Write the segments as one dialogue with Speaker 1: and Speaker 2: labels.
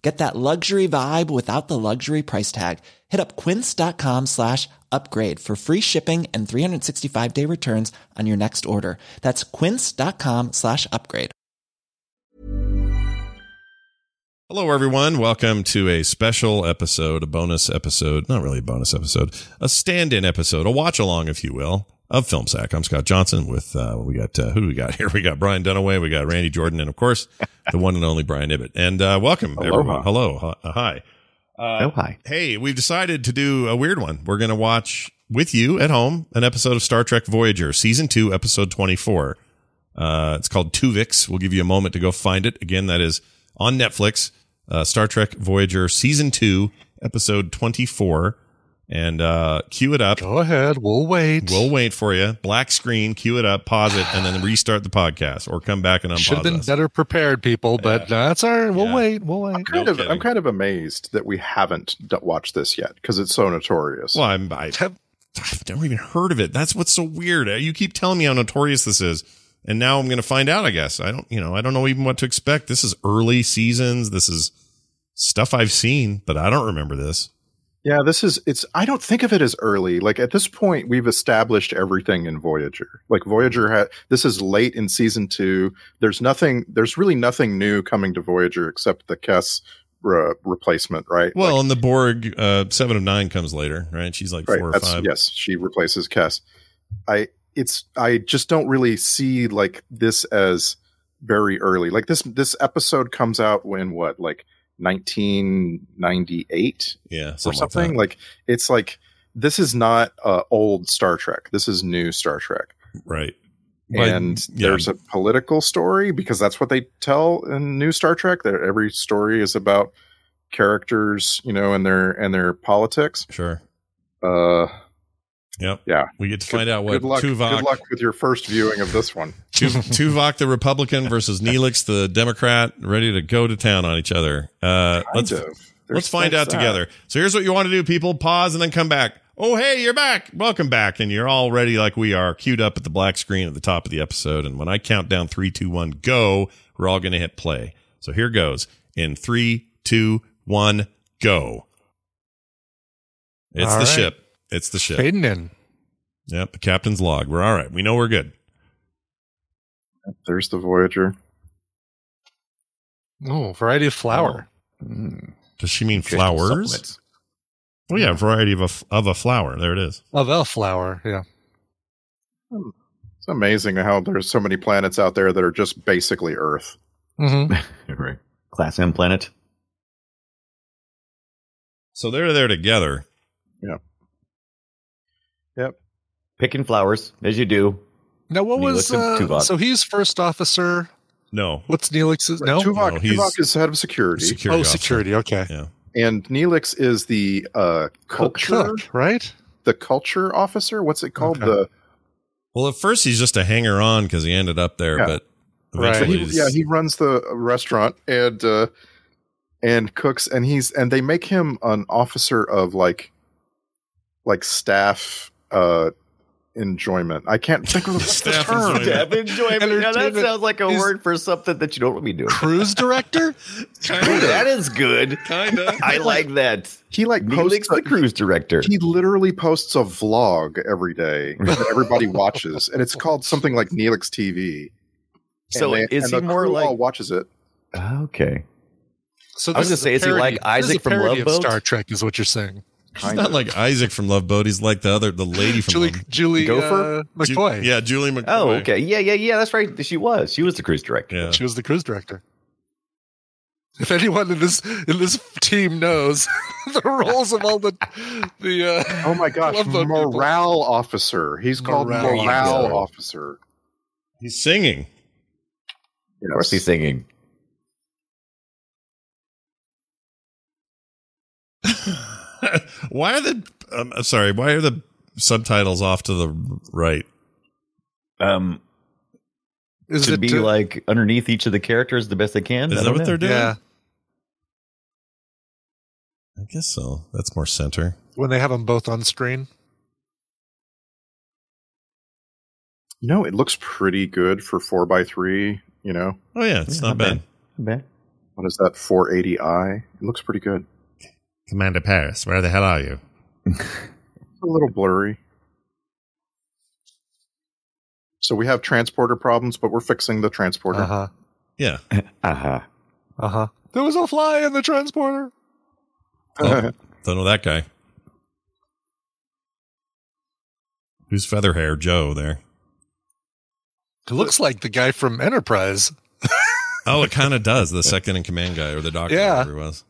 Speaker 1: Get that luxury vibe without the luxury price tag. Hit up quince.com slash upgrade for free shipping and 365-day returns on your next order. That's quince.com slash upgrade.
Speaker 2: Hello, everyone. Welcome to a special episode, a bonus episode, not really a bonus episode, a stand in episode, a watch along, if you will, of Film Sack. I'm Scott Johnson with, uh, we got, uh, who do we got here? We got Brian Dunaway, we got Randy Jordan, and of course, the one and only Brian Ibbett. And uh, welcome, everyone. Hello. Hi- Hi.
Speaker 3: oh hi.
Speaker 2: Hey, we've decided to do a weird one. We're going to watch with you at home an episode of Star Trek Voyager, season two, episode 24. Uh, it's called Tuvix. We'll give you a moment to go find it. Again, that is on Netflix, uh, Star Trek Voyager, season two, episode 24. And uh, cue it up.
Speaker 4: Go ahead. We'll wait.
Speaker 2: We'll wait for you. Black screen, cue it up, pause it, and then restart the podcast or come back and unpause
Speaker 4: Should have been
Speaker 2: us.
Speaker 4: better prepared, people, but that's all right. We'll
Speaker 2: Yeah.
Speaker 4: wait. We'll wait.
Speaker 2: No
Speaker 5: kind of
Speaker 2: kidding.
Speaker 5: I'm kind of amazed that we haven't d- watched this yet because it's so notorious.
Speaker 2: Well, I'm, I, I've never even heard of it. That's what's so weird. You keep telling me how notorious this is, and now I'm going to find out. I guess I don't. You know, I don't know even what to expect. This is early seasons. This is stuff I've seen, but I don't remember this.
Speaker 5: Yeah, this is it's I don't think of it as early. Like at this point we've established everything in Voyager. Like Voyager had this is late in season 2. There's nothing there's really nothing new coming to Voyager except the Kess re- replacement, right?
Speaker 2: Well, and the Borg uh, Seven of Nine comes later, right? She's like
Speaker 5: right.
Speaker 2: four or
Speaker 5: that's-
Speaker 2: five.
Speaker 5: Yes, she replaces Kess. I it's I just don't really see like this as very early. Like this this episode comes out when what like 1998
Speaker 2: Yeah,
Speaker 5: or something like, it's like this is not uh, old Star Trek. This is new Star Trek.
Speaker 2: that. right.
Speaker 5: and
Speaker 2: But, yeah.
Speaker 5: there's a political story because that's what they tell in new Star Trek. That every story is about characters, you know, and their and their politics.
Speaker 2: sure.
Speaker 5: Uh,
Speaker 2: Yep.
Speaker 5: yeah.
Speaker 2: We get to find out what
Speaker 5: good luck.
Speaker 2: Tuvok,
Speaker 5: Good luck with your first viewing of this one.
Speaker 2: Tu- Tuvok the Republican versus Neelix the Democrat, ready to go to town on each other. Uh, let's
Speaker 5: Kind of. There's-
Speaker 2: Let's find out
Speaker 5: that's that.
Speaker 2: together. So here's what you want to do, people. Pause and then come back. Oh, hey, you're back. Welcome back. And you're all ready like we are, queued up at the black screen at the top of the episode. And when I count down three, two, one, go, we're all going to hit play. So here goes in three, two, one, go. It's
Speaker 4: All
Speaker 2: the
Speaker 4: right.
Speaker 2: ship. It's the ship.
Speaker 4: Fading in.
Speaker 2: Yep. The captain's log. We're all right. We know we're good.
Speaker 5: There's the Voyager.
Speaker 4: Oh, variety of flower.
Speaker 5: Hmm,
Speaker 2: Does she mean flowers? Oh, yeah. Variety of a, f- of a flower. There it is.
Speaker 4: Of elf flower. Yeah.
Speaker 5: It's amazing how there's so many planets out there that are just basically Earth.
Speaker 4: Mm-hmm.
Speaker 3: Right. Class M planet.
Speaker 2: So they're there together.
Speaker 3: Picking flowers, as you do.
Speaker 4: Now, what was.
Speaker 3: Neelix and
Speaker 4: Uh,
Speaker 3: Tuvok.
Speaker 4: so he's first officer.
Speaker 2: No.
Speaker 4: What's Neelix's? No.
Speaker 5: Tuvok,
Speaker 2: No, he's-
Speaker 5: Tuvok is head of security,
Speaker 4: oh,
Speaker 2: officer.
Speaker 4: security. Okay.
Speaker 2: Yeah.
Speaker 5: and Neelix is the uh, culture,
Speaker 4: Cook, right?
Speaker 5: the culture officer. What's it called?
Speaker 4: Okay.
Speaker 5: The
Speaker 2: Well, at first he's just a hanger on because he ended up there,
Speaker 5: Yeah.
Speaker 2: but
Speaker 4: Right.
Speaker 5: so
Speaker 2: eventually,
Speaker 5: he,
Speaker 2: he's-
Speaker 5: yeah, he runs the restaurant and uh, and cooks, and he's and they make him an officer of like like staff uh, enjoyment. I can't think of the what's the
Speaker 2: Staff
Speaker 5: term.
Speaker 2: enjoyment.
Speaker 3: Dab enjoyment. Now that
Speaker 4: Entertainment
Speaker 3: sounds like a
Speaker 4: is-
Speaker 3: word for something that you don't want to be doing.
Speaker 4: Cruise director?
Speaker 3: Ooh, that is good.
Speaker 2: kinda.
Speaker 3: I like that.
Speaker 5: He like
Speaker 3: Neelix,
Speaker 5: posts
Speaker 3: the cruise director.
Speaker 5: He literally posts a vlog every day that everybody watches, and it's called something like Neelix TV. And
Speaker 3: So
Speaker 5: they-
Speaker 3: is
Speaker 5: and
Speaker 3: he
Speaker 5: the
Speaker 3: more
Speaker 5: crew all
Speaker 3: like?
Speaker 5: watches it?
Speaker 3: Ah, Okay.
Speaker 4: So
Speaker 3: I was
Speaker 4: this
Speaker 3: gonna say,
Speaker 4: a
Speaker 3: is he like
Speaker 4: parody- this
Speaker 3: Isaac
Speaker 4: a
Speaker 3: from
Speaker 4: parody
Speaker 3: Love
Speaker 4: of
Speaker 3: Boat?
Speaker 4: Star Trek is what you're saying.
Speaker 2: She's
Speaker 5: Kind
Speaker 2: not
Speaker 5: of.
Speaker 2: like Isaac from Love Boat. He's like the other, the lady from
Speaker 4: Julie
Speaker 2: Love
Speaker 4: Julie
Speaker 5: Gopher?
Speaker 4: uh,
Speaker 2: Ju-
Speaker 4: McCoy.
Speaker 2: Yeah, Julie McCoy.
Speaker 3: Oh, okay. Yeah, yeah, yeah. That's right. She was. She was the cruise director.
Speaker 2: Yeah.
Speaker 4: She was the cruise director. If anyone in this in this team knows the roles of all the the uh,
Speaker 5: Oh my gosh,
Speaker 4: Love those people.
Speaker 5: morale officer. He's called
Speaker 4: Morale
Speaker 5: morale,
Speaker 3: officer.
Speaker 5: officer.
Speaker 2: He's singing.
Speaker 3: Of course, he's singing.
Speaker 2: why are the um, I'm sorry, why are the subtitles off to the right?
Speaker 3: Um,
Speaker 4: is
Speaker 3: to
Speaker 4: it
Speaker 3: be
Speaker 4: uh,
Speaker 3: like underneath each of the characters the best they can.
Speaker 2: Is
Speaker 3: I
Speaker 2: that
Speaker 3: don't
Speaker 2: what
Speaker 3: know.
Speaker 2: they're doing?
Speaker 4: yeah
Speaker 2: I guess so. That's more center.
Speaker 4: when they have them both on screen.
Speaker 5: No, it looks pretty good for four by three. You know,
Speaker 2: Oh yeah, it's
Speaker 3: Yeah,
Speaker 2: not
Speaker 3: not
Speaker 2: bad.
Speaker 3: bad. Okay.
Speaker 5: what is that? Four eighty i. It looks pretty good.
Speaker 2: Commander Paris, where the hell are you?
Speaker 5: A little blurry. So we have transporter problems, but we're fixing the transporter.
Speaker 4: Uh huh.
Speaker 2: Yeah.
Speaker 3: Uh-huh.
Speaker 4: Uh huh. There was a fly in the transporter.
Speaker 2: Oh, don't know that guy. Who's feather hair? Joe there.
Speaker 4: It looks like the guy from Enterprise.
Speaker 2: Oh, it kind of does. The second in command guy or the doctor,
Speaker 4: Yeah.
Speaker 2: whatever it was.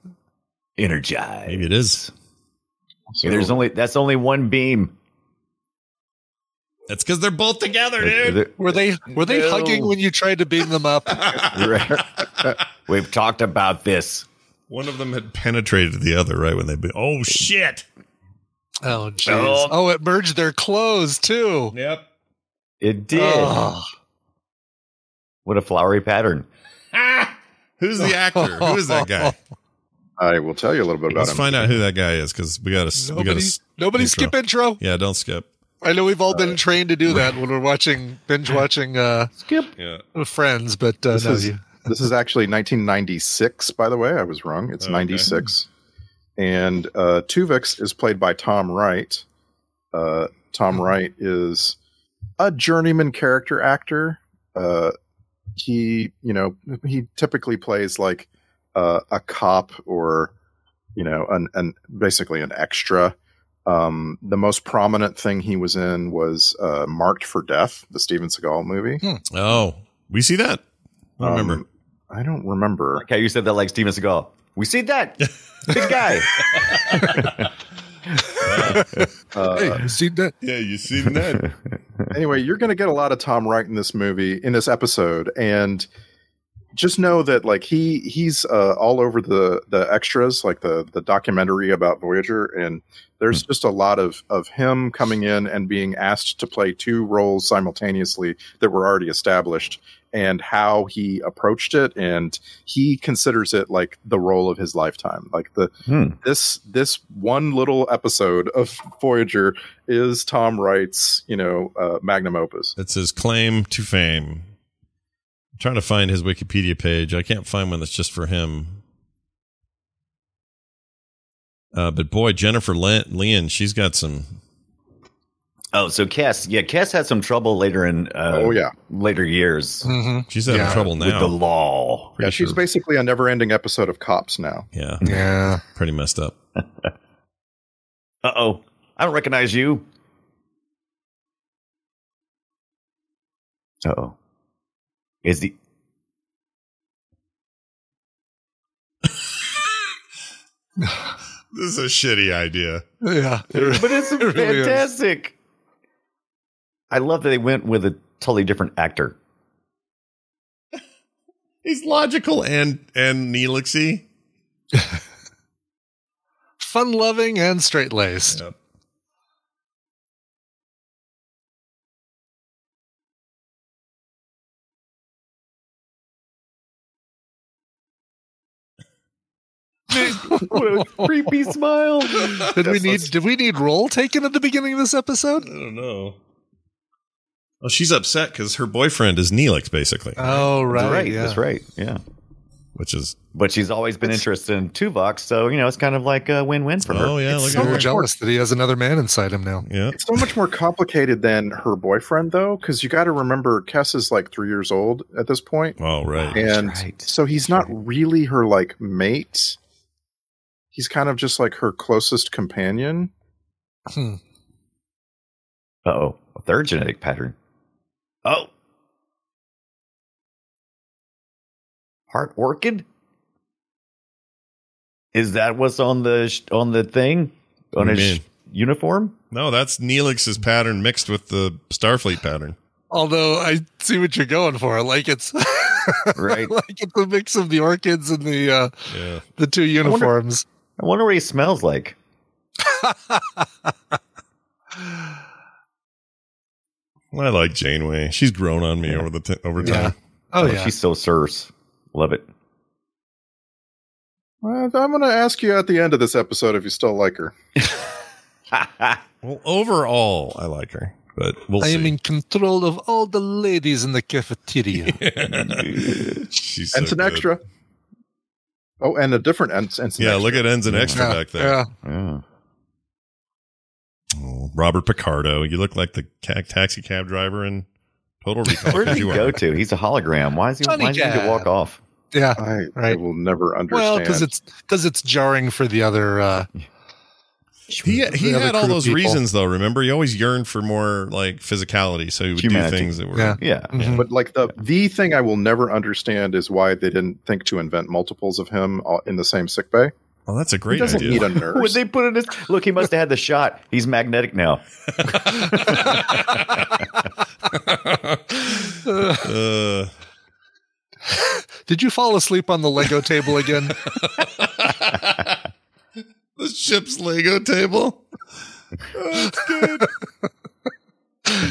Speaker 3: Energize.
Speaker 2: Maybe it is.
Speaker 5: So-
Speaker 3: There's only that's only one beam.
Speaker 2: That's because they're both together, dude.
Speaker 4: Were they were they
Speaker 3: No.
Speaker 4: hugging when you tried to beam them up?
Speaker 3: We've talked about this.
Speaker 2: One of them had penetrated the other, right? When they be, oh shit.
Speaker 4: Oh jeez.
Speaker 3: Oh.
Speaker 4: Oh. it merged their clothes too.
Speaker 2: Yep.
Speaker 3: It did.
Speaker 4: Ugh.
Speaker 3: What a flowery pattern.
Speaker 2: Who's the actor? Who is that guy?
Speaker 5: I will tell you a little bit about
Speaker 2: Let's
Speaker 5: him.
Speaker 2: find out who that guy is because we got to. We got
Speaker 4: Nobody,
Speaker 2: to.
Speaker 4: nobody
Speaker 2: intro.
Speaker 4: skip intro.
Speaker 2: Yeah, don't skip.
Speaker 4: I know we've all been trained to do that when we're watching binge watching uh,
Speaker 3: Skip.
Speaker 2: Yeah.
Speaker 4: Friends, but uh,
Speaker 5: This
Speaker 4: no,
Speaker 5: is-
Speaker 4: you-
Speaker 5: this is actually 1996, by the way. I was wrong. It's
Speaker 2: Oh, Okay.
Speaker 5: 96. And uh, Tuvix is played by Tom Wright. Uh,
Speaker 2: Hmm.
Speaker 5: Tom Wright is a journeyman character actor. Uh, he, you know, he typically plays like uh, a cop or, you know, an, an basically an extra. Um, the most prominent thing he was in was uh, Marked for Death, the Steven Seagal movie.
Speaker 2: Oh, we see that. I don't remember.
Speaker 5: Um, I don't remember.
Speaker 3: Okay, you said that like Steven Seagal. We see that. Good guy.
Speaker 4: hey,
Speaker 5: Uh,
Speaker 4: you seen that?
Speaker 2: yeah, you seen that?
Speaker 5: anyway, you're going to get a lot of Tom Wright in this movie, in this episode, and just know that like he he's uh, all over the the extras, like the the documentary about Voyager, and there's just a lot of of him coming in and being asked to play two roles simultaneously that were already established, and how he approached it, and he considers it like the role of his lifetime, like the
Speaker 3: Hmm.
Speaker 5: this this one little episode of Voyager is Tom Wright's, you know, uh, magnum opus.
Speaker 2: That's his claim to fame. I'm trying to find his Wikipedia page. I can't find one that's just for him. Uh, but boy, Jennifer Le- Leon, she's got some.
Speaker 3: Oh, so Cass. Yeah, Cass had some trouble later in uh,
Speaker 5: oh yeah,
Speaker 3: later years
Speaker 4: Mm-hmm.
Speaker 2: She's having
Speaker 4: Yeah,
Speaker 2: trouble
Speaker 3: with the
Speaker 2: now.
Speaker 3: law.
Speaker 5: yeah.
Speaker 2: Pretty
Speaker 5: She's
Speaker 2: sure-
Speaker 5: basically a never-ending episode of Cops now.
Speaker 2: yeah,
Speaker 4: Yeah.
Speaker 2: pretty messed up.
Speaker 3: Uh oh. I don't recognize you. Uh oh. Is the
Speaker 2: This is a shitty idea.
Speaker 4: Yeah.
Speaker 3: But it's
Speaker 4: It really is.
Speaker 3: fantastic. I love that they went with a totally different actor.
Speaker 2: He's logical and and Neelixy.
Speaker 4: Fun loving and straight laced.
Speaker 2: Yep.
Speaker 3: What a creepy smile.
Speaker 4: Did we need did we need roll taken at the beginning of this
Speaker 2: I
Speaker 4: episode?
Speaker 2: don't know. Well, she's upset because her boyfriend is Neelix, basically,
Speaker 4: Oh right.
Speaker 3: That's right.
Speaker 4: yeah.
Speaker 3: That's right. Yeah.
Speaker 2: which is
Speaker 3: But she's always been interested in Tuvok, so you know it's kind of like a win-win for
Speaker 2: oh
Speaker 3: her.
Speaker 2: yeah, look
Speaker 4: So
Speaker 2: at her.
Speaker 4: we're jealous that he has another man inside him now.
Speaker 2: Yeah,
Speaker 5: It's so much more complicated than her boyfriend, though, because you got to remember Kess is like three years old at this point,
Speaker 2: oh right.
Speaker 5: and
Speaker 3: right.
Speaker 5: so he's not really her like mate. he's kind of just like her closest companion.
Speaker 4: Hmm.
Speaker 3: Uh oh. A third genetic pattern. Oh. Heart orchid? Is that what's on the sh- on the thing?
Speaker 2: What
Speaker 3: On
Speaker 2: do you
Speaker 3: his sh- uniform?
Speaker 2: No, that's Neelix's pattern mixed with the Starfleet pattern.
Speaker 4: Although I see what you're going for. Like it's
Speaker 3: Right.
Speaker 4: like it's a mix of the orchids and the uh
Speaker 2: Yeah.
Speaker 4: the two
Speaker 3: wonder-
Speaker 4: uniforms.
Speaker 3: I wonder what he smells like.
Speaker 2: I like Janeway. She's grown on me
Speaker 3: Yeah.
Speaker 2: over the t- over
Speaker 4: Yeah.
Speaker 2: time.
Speaker 4: oh yeah.
Speaker 3: She's so sirs. Love it.
Speaker 5: Well, I'm going to ask you at the end of this episode if you still like her.
Speaker 2: Well, overall, I like her, but we'll
Speaker 4: I am
Speaker 2: see.
Speaker 4: in control of all the ladies in the cafeteria.
Speaker 2: She's so
Speaker 5: Ensign
Speaker 2: good.
Speaker 5: extra. Oh, and a different Ens- ensign.
Speaker 2: Yeah,
Speaker 5: extra.
Speaker 2: look at Ensign Extra
Speaker 4: Yeah,
Speaker 2: back there.
Speaker 4: yeah.
Speaker 3: Yeah.
Speaker 2: Oh, Robert Picardo. You look like the ca- taxi cab driver in Total Recall.
Speaker 3: Where did
Speaker 2: 'cause
Speaker 3: he
Speaker 2: you are.
Speaker 3: go to? He's a hologram. Why is he?
Speaker 4: Johnny
Speaker 3: Why did he get
Speaker 4: Cab.
Speaker 3: walk off?
Speaker 4: Yeah.
Speaker 5: I, I
Speaker 4: Right.
Speaker 5: will never understand.
Speaker 4: Well, because it's because it's jarring for the other. uh
Speaker 2: He, he
Speaker 4: the other
Speaker 2: had all
Speaker 4: crew
Speaker 2: those
Speaker 4: people.
Speaker 2: reasons, though, remember? He always yearned for more like physicality, so he would
Speaker 3: Humanity.
Speaker 2: do things that were.
Speaker 4: Yeah.
Speaker 3: Yeah.
Speaker 4: mhm.
Speaker 5: But like the the thing I will never understand is why they didn't think to invent multiples of him all in the same sick bay.
Speaker 2: Well, Oh, that's a
Speaker 5: He
Speaker 2: great
Speaker 5: doesn't
Speaker 2: idea.
Speaker 5: need a nurse.
Speaker 3: Would they put in his look? He must have had the shot. He's magnetic now.
Speaker 2: uh,
Speaker 4: Did you fall asleep on the Lego table again?
Speaker 2: the ship's Lego table.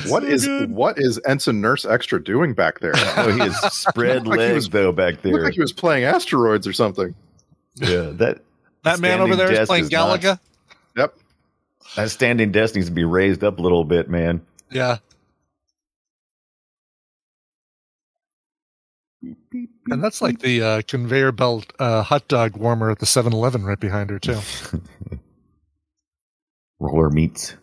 Speaker 5: what is what is ensign nurse extra doing back there?
Speaker 3: Oh, he is spread
Speaker 5: Looked like he
Speaker 3: legs
Speaker 5: was-
Speaker 3: though back
Speaker 5: Looked
Speaker 3: there.
Speaker 5: like he was playing asteroids or something.
Speaker 3: yeah,
Speaker 4: That
Speaker 3: that
Speaker 4: man
Speaker 3: standing
Speaker 4: over there
Speaker 3: desk
Speaker 4: is playing
Speaker 3: not-
Speaker 4: Galaga.
Speaker 5: Yep.
Speaker 3: that standing desk needs to be raised up a little bit, man.
Speaker 4: Yeah. And that's like the uh, conveyor belt uh, hot dog warmer at the 7 Eleven right behind her, too.
Speaker 3: Roller meats.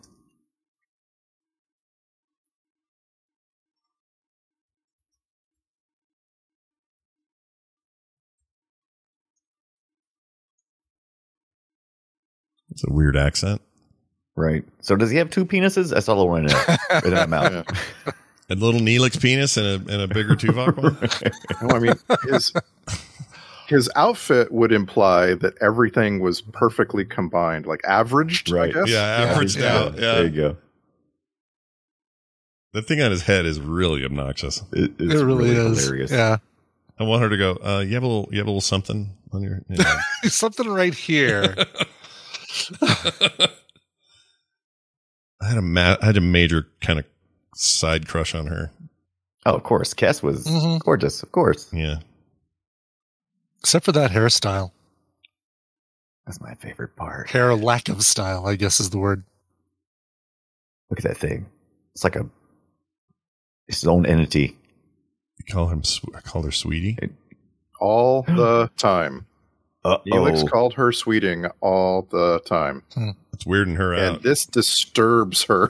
Speaker 2: It's a weird accent.
Speaker 3: Right. So does he have two penises? That's all I want to know. In my mouth.
Speaker 2: A little Neelix penis and a, and a bigger Tuvok one.
Speaker 5: No, I mean his his outfit would imply that everything was perfectly combined, like averaged.
Speaker 3: Right.
Speaker 5: I guess.
Speaker 2: Yeah, averaged
Speaker 5: Yeah.
Speaker 2: out. Yeah.
Speaker 3: There you go.
Speaker 2: The thing on his head is really obnoxious.
Speaker 3: It, it's
Speaker 4: it really, is.
Speaker 3: hilarious.
Speaker 4: Yeah.
Speaker 2: I want her to go, uh, you have a little, you have a little something on your, you know.
Speaker 4: Something right here.
Speaker 2: I had a ma- I had a major kind of side crush on her.
Speaker 3: Oh, of course. Cass was
Speaker 5: Mm-hmm.
Speaker 4: Mhm.
Speaker 3: gorgeous. Of course.
Speaker 2: Yeah.
Speaker 4: Except for that hairstyle.
Speaker 3: That's my favorite part.
Speaker 4: Hair lack of style, I guess is the word.
Speaker 3: Look at that thing. It's like a its its own entity.
Speaker 2: You call him, sw- I called her sweetie.
Speaker 5: All the time.
Speaker 3: Uh
Speaker 5: Elix called her sweeting all the time.
Speaker 2: It's weirding her
Speaker 5: And
Speaker 2: out.
Speaker 5: this disturbs her.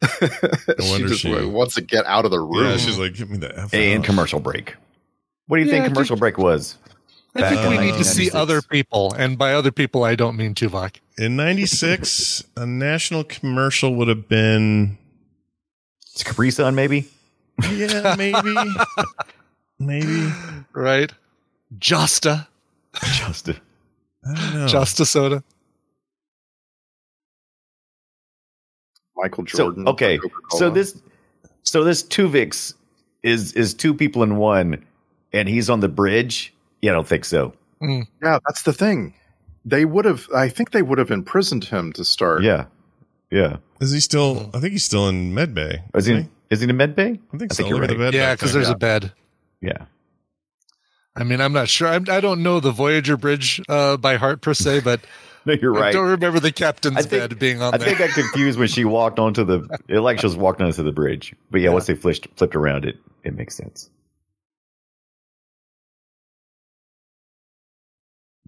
Speaker 5: she
Speaker 2: wonder
Speaker 5: just
Speaker 2: she-
Speaker 5: like, wants to get out of the room.
Speaker 2: yeah, she's like, give me the F
Speaker 3: and
Speaker 2: out."
Speaker 3: commercial break. What do you
Speaker 4: Yeah, I
Speaker 3: think commercial break was?
Speaker 4: I
Speaker 3: Back
Speaker 4: think we
Speaker 3: in
Speaker 4: need to see
Speaker 3: 1996.
Speaker 4: other people. And by other people, I don't mean Tuvok.
Speaker 2: In '96, a national commercial would have been,
Speaker 3: It's Capri Sun, maybe.
Speaker 2: yeah, maybe, maybe.
Speaker 4: Right? Josta.
Speaker 3: Just a-
Speaker 2: I don't know.
Speaker 4: Josta soda.
Speaker 5: Michael
Speaker 3: so
Speaker 5: Jordan.
Speaker 3: okay.
Speaker 5: from Coca-Cola.
Speaker 3: So this, so this Tuvix is is two people in one, and he's on the bridge. Yeah, I don't think so.
Speaker 5: Yeah, that's the thing. They would have I think they would have imprisoned him to start.
Speaker 3: Yeah, yeah.
Speaker 2: Is he still? I think he's still in medbay.
Speaker 3: Is
Speaker 2: isn't
Speaker 3: he is he in a med bay?
Speaker 2: I think
Speaker 3: I
Speaker 2: so.
Speaker 3: think
Speaker 2: Look
Speaker 3: you're
Speaker 2: at the
Speaker 3: right.
Speaker 2: bed.
Speaker 4: Yeah,
Speaker 2: back
Speaker 4: because
Speaker 2: there.
Speaker 4: there's a bed.
Speaker 3: Yeah.
Speaker 4: I mean, I'm not sure. I'm, I don't know the Voyager Bridge uh, by heart per se, but
Speaker 3: No, you're
Speaker 4: I
Speaker 3: right.
Speaker 4: don't remember the captain's
Speaker 3: I think-
Speaker 4: bed being on
Speaker 3: I
Speaker 4: there.
Speaker 3: think I confused when she walked onto the. It like she was walking onto the bridge, but yeah, once they flipped flipped around, it it makes sense.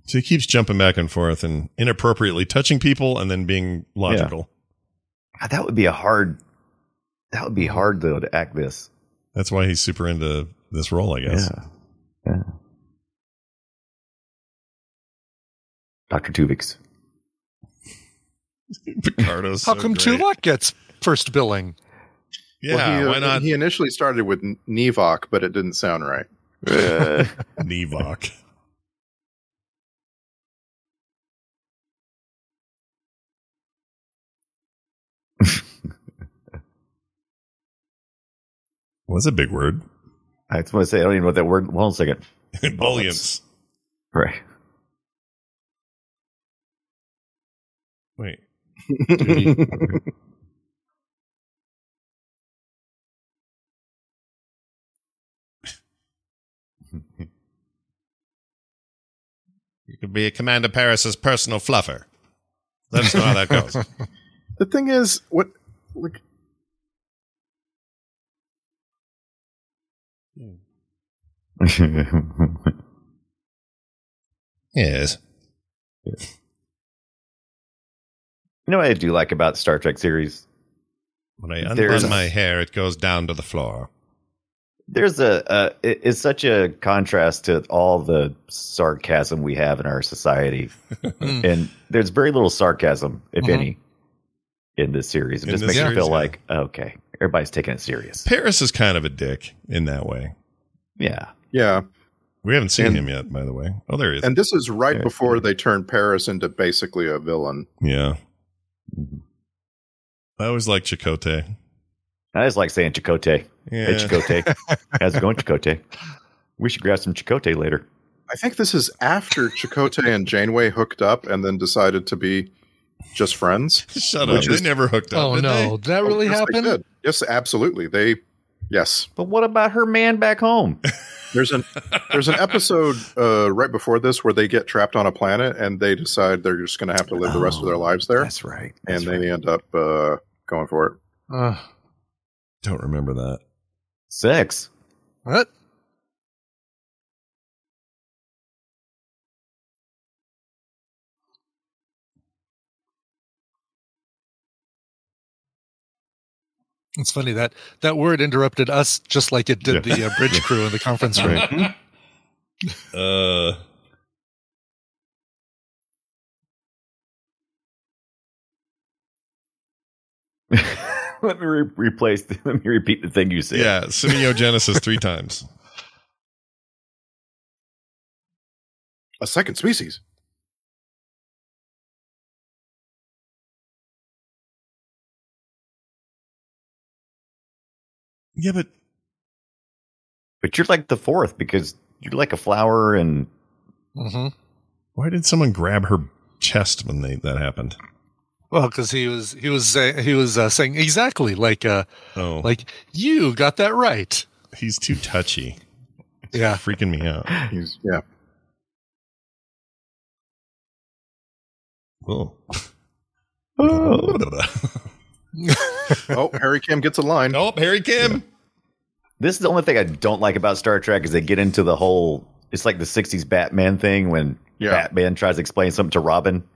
Speaker 2: So he keeps jumping back and forth and inappropriately touching people and then being logical.
Speaker 3: God, that would be a hard. That would be hard though to act this.
Speaker 2: That's why he's super into this role, I guess.
Speaker 3: Yeah. Dr. Tuvix.
Speaker 2: Picardo's.
Speaker 4: How
Speaker 2: so
Speaker 4: come
Speaker 2: great.
Speaker 4: Tuvok gets first billing?
Speaker 2: Yeah,
Speaker 5: he, uh,
Speaker 2: why not
Speaker 5: He initially started with N- Nevok, but it didn't sound right.
Speaker 3: Uh,
Speaker 2: Nevok? Was a big word.
Speaker 3: I just want to say I don't even know what that word. Hold on a second.
Speaker 2: Ebullience.
Speaker 3: Right.
Speaker 2: Wait. You could be Commander Paris's personal fluffer. Let us know how that
Speaker 4: Hmm.
Speaker 2: goes.
Speaker 5: the thing is, what like
Speaker 2: yes.
Speaker 3: You know what I do like about Star Trek series?
Speaker 2: When I
Speaker 3: There's
Speaker 2: unbun
Speaker 3: a-
Speaker 2: my hair, it goes down to the floor.
Speaker 3: There's a, a it- it's such a contrast to all the sarcasm we have in our society, and there's very little sarcasm, if
Speaker 4: Mhm.
Speaker 3: any, in this series. It
Speaker 2: Mm-hmm. In
Speaker 3: just
Speaker 2: this
Speaker 3: makes you
Speaker 2: series,
Speaker 3: feel
Speaker 2: yeah.
Speaker 3: like okay, everybody's taking it serious.
Speaker 2: Paris is kind of a dick in that way.
Speaker 3: Yeah,
Speaker 5: yeah.
Speaker 2: We haven't seen
Speaker 5: And-
Speaker 2: him yet, by the way. Oh, there he is.
Speaker 5: And this is right
Speaker 3: Yeah.
Speaker 5: before they turned Paris into basically a villain.
Speaker 2: yeah.
Speaker 5: Mm-hmm.
Speaker 2: I always like Chicote.
Speaker 3: I just like saying Chicote. Hey,
Speaker 2: Yeah.
Speaker 3: Chicote, how's it going, Chicote? We should grab some Chicote later.
Speaker 5: I think this is after Chakotay and Janeway hooked up and then decided to be just friends.
Speaker 2: Shut up.
Speaker 5: Which is-
Speaker 2: They never hooked up.
Speaker 4: oh
Speaker 2: did
Speaker 4: no, did that really
Speaker 5: yes, they
Speaker 4: happened?
Speaker 5: did. Yes, absolutely. They yes.
Speaker 3: But what about her man back home?
Speaker 5: There's an there's an episode uh, right before this where they get trapped on a planet and they decide they're just going to have to live the rest of their lives there,
Speaker 3: That's right.
Speaker 5: and they end up uh, going for it.
Speaker 4: Uh,
Speaker 2: They? Don't remember that.
Speaker 3: Sex.
Speaker 4: what? It's funny that that word interrupted us just like it did
Speaker 3: Yeah.
Speaker 4: the uh, bridge crew in the conference room.
Speaker 3: Right.
Speaker 2: Uh,
Speaker 3: let me re- replace. The, let me repeat the thing you said.
Speaker 2: yeah, semiogenesis three times.
Speaker 5: A second species.
Speaker 2: Yeah, but
Speaker 3: But you're like the fourth because you're like a flower and
Speaker 4: hmm
Speaker 2: why did someone grab her chest when they that happened?
Speaker 4: Well, because he was he was say, he was uh, saying exactly like uh,
Speaker 2: Oh, like
Speaker 4: like you got that right.
Speaker 2: he's too touchy.
Speaker 4: Yeah,
Speaker 2: Freaking me out.
Speaker 5: He's yeah.
Speaker 2: Whoa.
Speaker 3: oh,
Speaker 5: Oh, Harry Kim gets a line.
Speaker 2: nope, Harry Kim.
Speaker 3: this is the only thing I don't like about Star Trek is they get into the whole. It's like the '60s Batman thing when
Speaker 5: Yeah.
Speaker 3: Batman tries to explain something to Robin,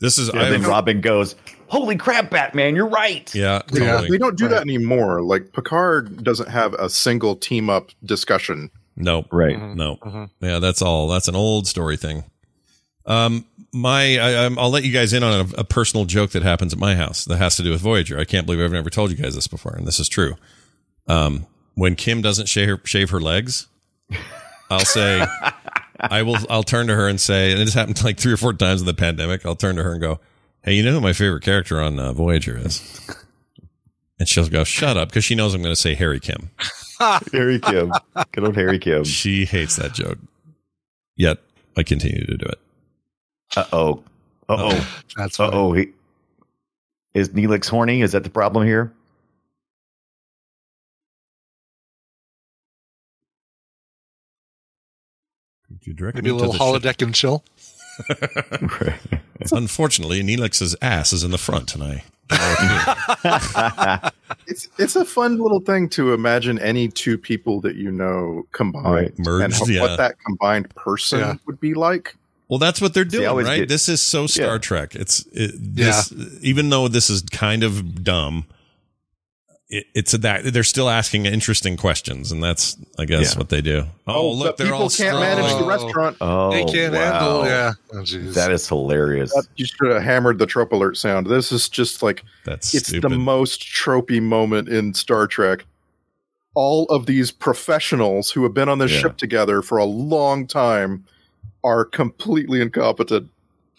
Speaker 2: This is
Speaker 3: and
Speaker 2: I
Speaker 3: then
Speaker 2: have,
Speaker 3: Robin goes, "Holy crap, Batman! You're right."
Speaker 2: yeah,
Speaker 4: Yeah.
Speaker 2: totally.
Speaker 5: They don't do
Speaker 4: Right.
Speaker 5: that anymore. Like Picard doesn't have a single team up discussion.
Speaker 2: Nope.
Speaker 3: Right.
Speaker 2: No.
Speaker 4: Mhm.
Speaker 2: Yeah, that's all. That's an old story thing. Um, my, I, I'm- I'll let you guys in on a, a personal joke that happens at my house that has to do with Voyager. I can't believe I've never told you guys this before, and this is true. Um, when Kim doesn't shave, shave her legs, I'll say, I will, I'll turn to her and say, and it has happened like three or four times in the pandemic. I'll turn to her and go, "Hey, you know who my favorite character on uh, Voyager is?" And she'll go, "Shut up," because she knows I'm going to say Harry Kim. Mm-hmm.
Speaker 3: Harry Kim, good old Harry Kim.
Speaker 2: She hates that joke. Um, Yet I continue to do it.
Speaker 3: Uh oh. Uh oh.
Speaker 4: that's
Speaker 3: Uh
Speaker 4: funny.
Speaker 3: oh. Is Neelix horny? Is that the problem here?
Speaker 2: Could you direct
Speaker 4: maybe a
Speaker 2: me to
Speaker 4: little
Speaker 2: the ship?
Speaker 4: holodeck and chill.
Speaker 2: Unfortunately, Neelix's ass is in the front, and I. don't know what to
Speaker 5: It's it's a fun little thing to imagine any two people that you know combined
Speaker 2: Right. Merged,
Speaker 5: and
Speaker 2: yeah.
Speaker 5: what that combined person
Speaker 4: Yeah.
Speaker 5: would be like.
Speaker 2: do. Well, that's what they're
Speaker 3: I
Speaker 2: doing,
Speaker 3: always
Speaker 2: right?
Speaker 3: get-
Speaker 2: this is so Star
Speaker 3: Yeah.
Speaker 2: Trek. It's it, this, even though this is kind of dumb. it, it's a that they're still asking interesting questions, and that's I guess
Speaker 3: Yeah.
Speaker 2: what they do. Oh, look,
Speaker 5: but
Speaker 2: they're
Speaker 5: people
Speaker 2: all
Speaker 5: can't manage the
Speaker 4: strong.
Speaker 5: restaurant.
Speaker 3: Oh,
Speaker 4: they can't
Speaker 3: wow.
Speaker 4: handle. Yeah. Oh, jeez.
Speaker 3: That is hilarious.
Speaker 5: That- You should have hammered the trope alert sound. This is just like
Speaker 2: That's
Speaker 5: it's
Speaker 2: stupid.
Speaker 5: the most tropey moment in Star Trek. All of these professionals who have been on this
Speaker 3: Yeah.
Speaker 5: ship together for a long time are completely incompetent.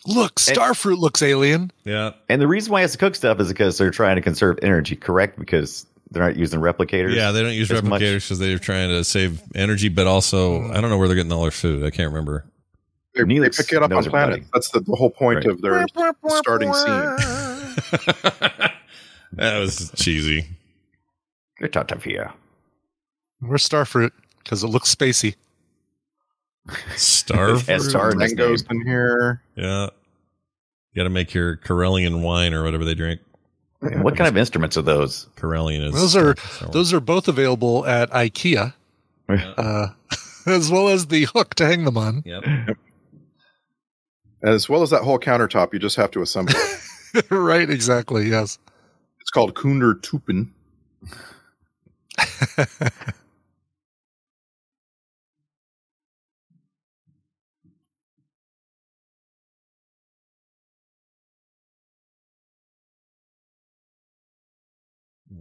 Speaker 4: Look, starfruit looks alien.
Speaker 2: yeah,
Speaker 3: And the reason why it's to cook stuff is because they're trying to conserve energy, correct? Because they're not using replicators.
Speaker 2: yeah. They don't use
Speaker 3: as much.
Speaker 2: replicators because they're trying to save energy, but also I don't know where they're getting all their food. I can't remember.
Speaker 5: They, they
Speaker 3: Neelix
Speaker 5: pick it up on
Speaker 3: knows everybody.
Speaker 5: planets. That's the, the whole point
Speaker 3: Right.
Speaker 5: of their starting scene.
Speaker 2: that was cheesy.
Speaker 3: They're top top here.
Speaker 4: We're starfruit because it looks spacey.
Speaker 2: Starve.
Speaker 3: As Tara's name.
Speaker 5: Mangoes in here.
Speaker 2: yeah. You got to make your Karelian wine or whatever they drink.
Speaker 3: And what kind of instruments are those?
Speaker 2: Karelian is
Speaker 4: Those are those are both available at IKEA, uh, as well as the hook to hang them on.
Speaker 2: Yep.
Speaker 5: As well as that whole countertop, you just have to assemble it.
Speaker 4: right? Exactly. Yes.
Speaker 5: it's called Kunder Tupen.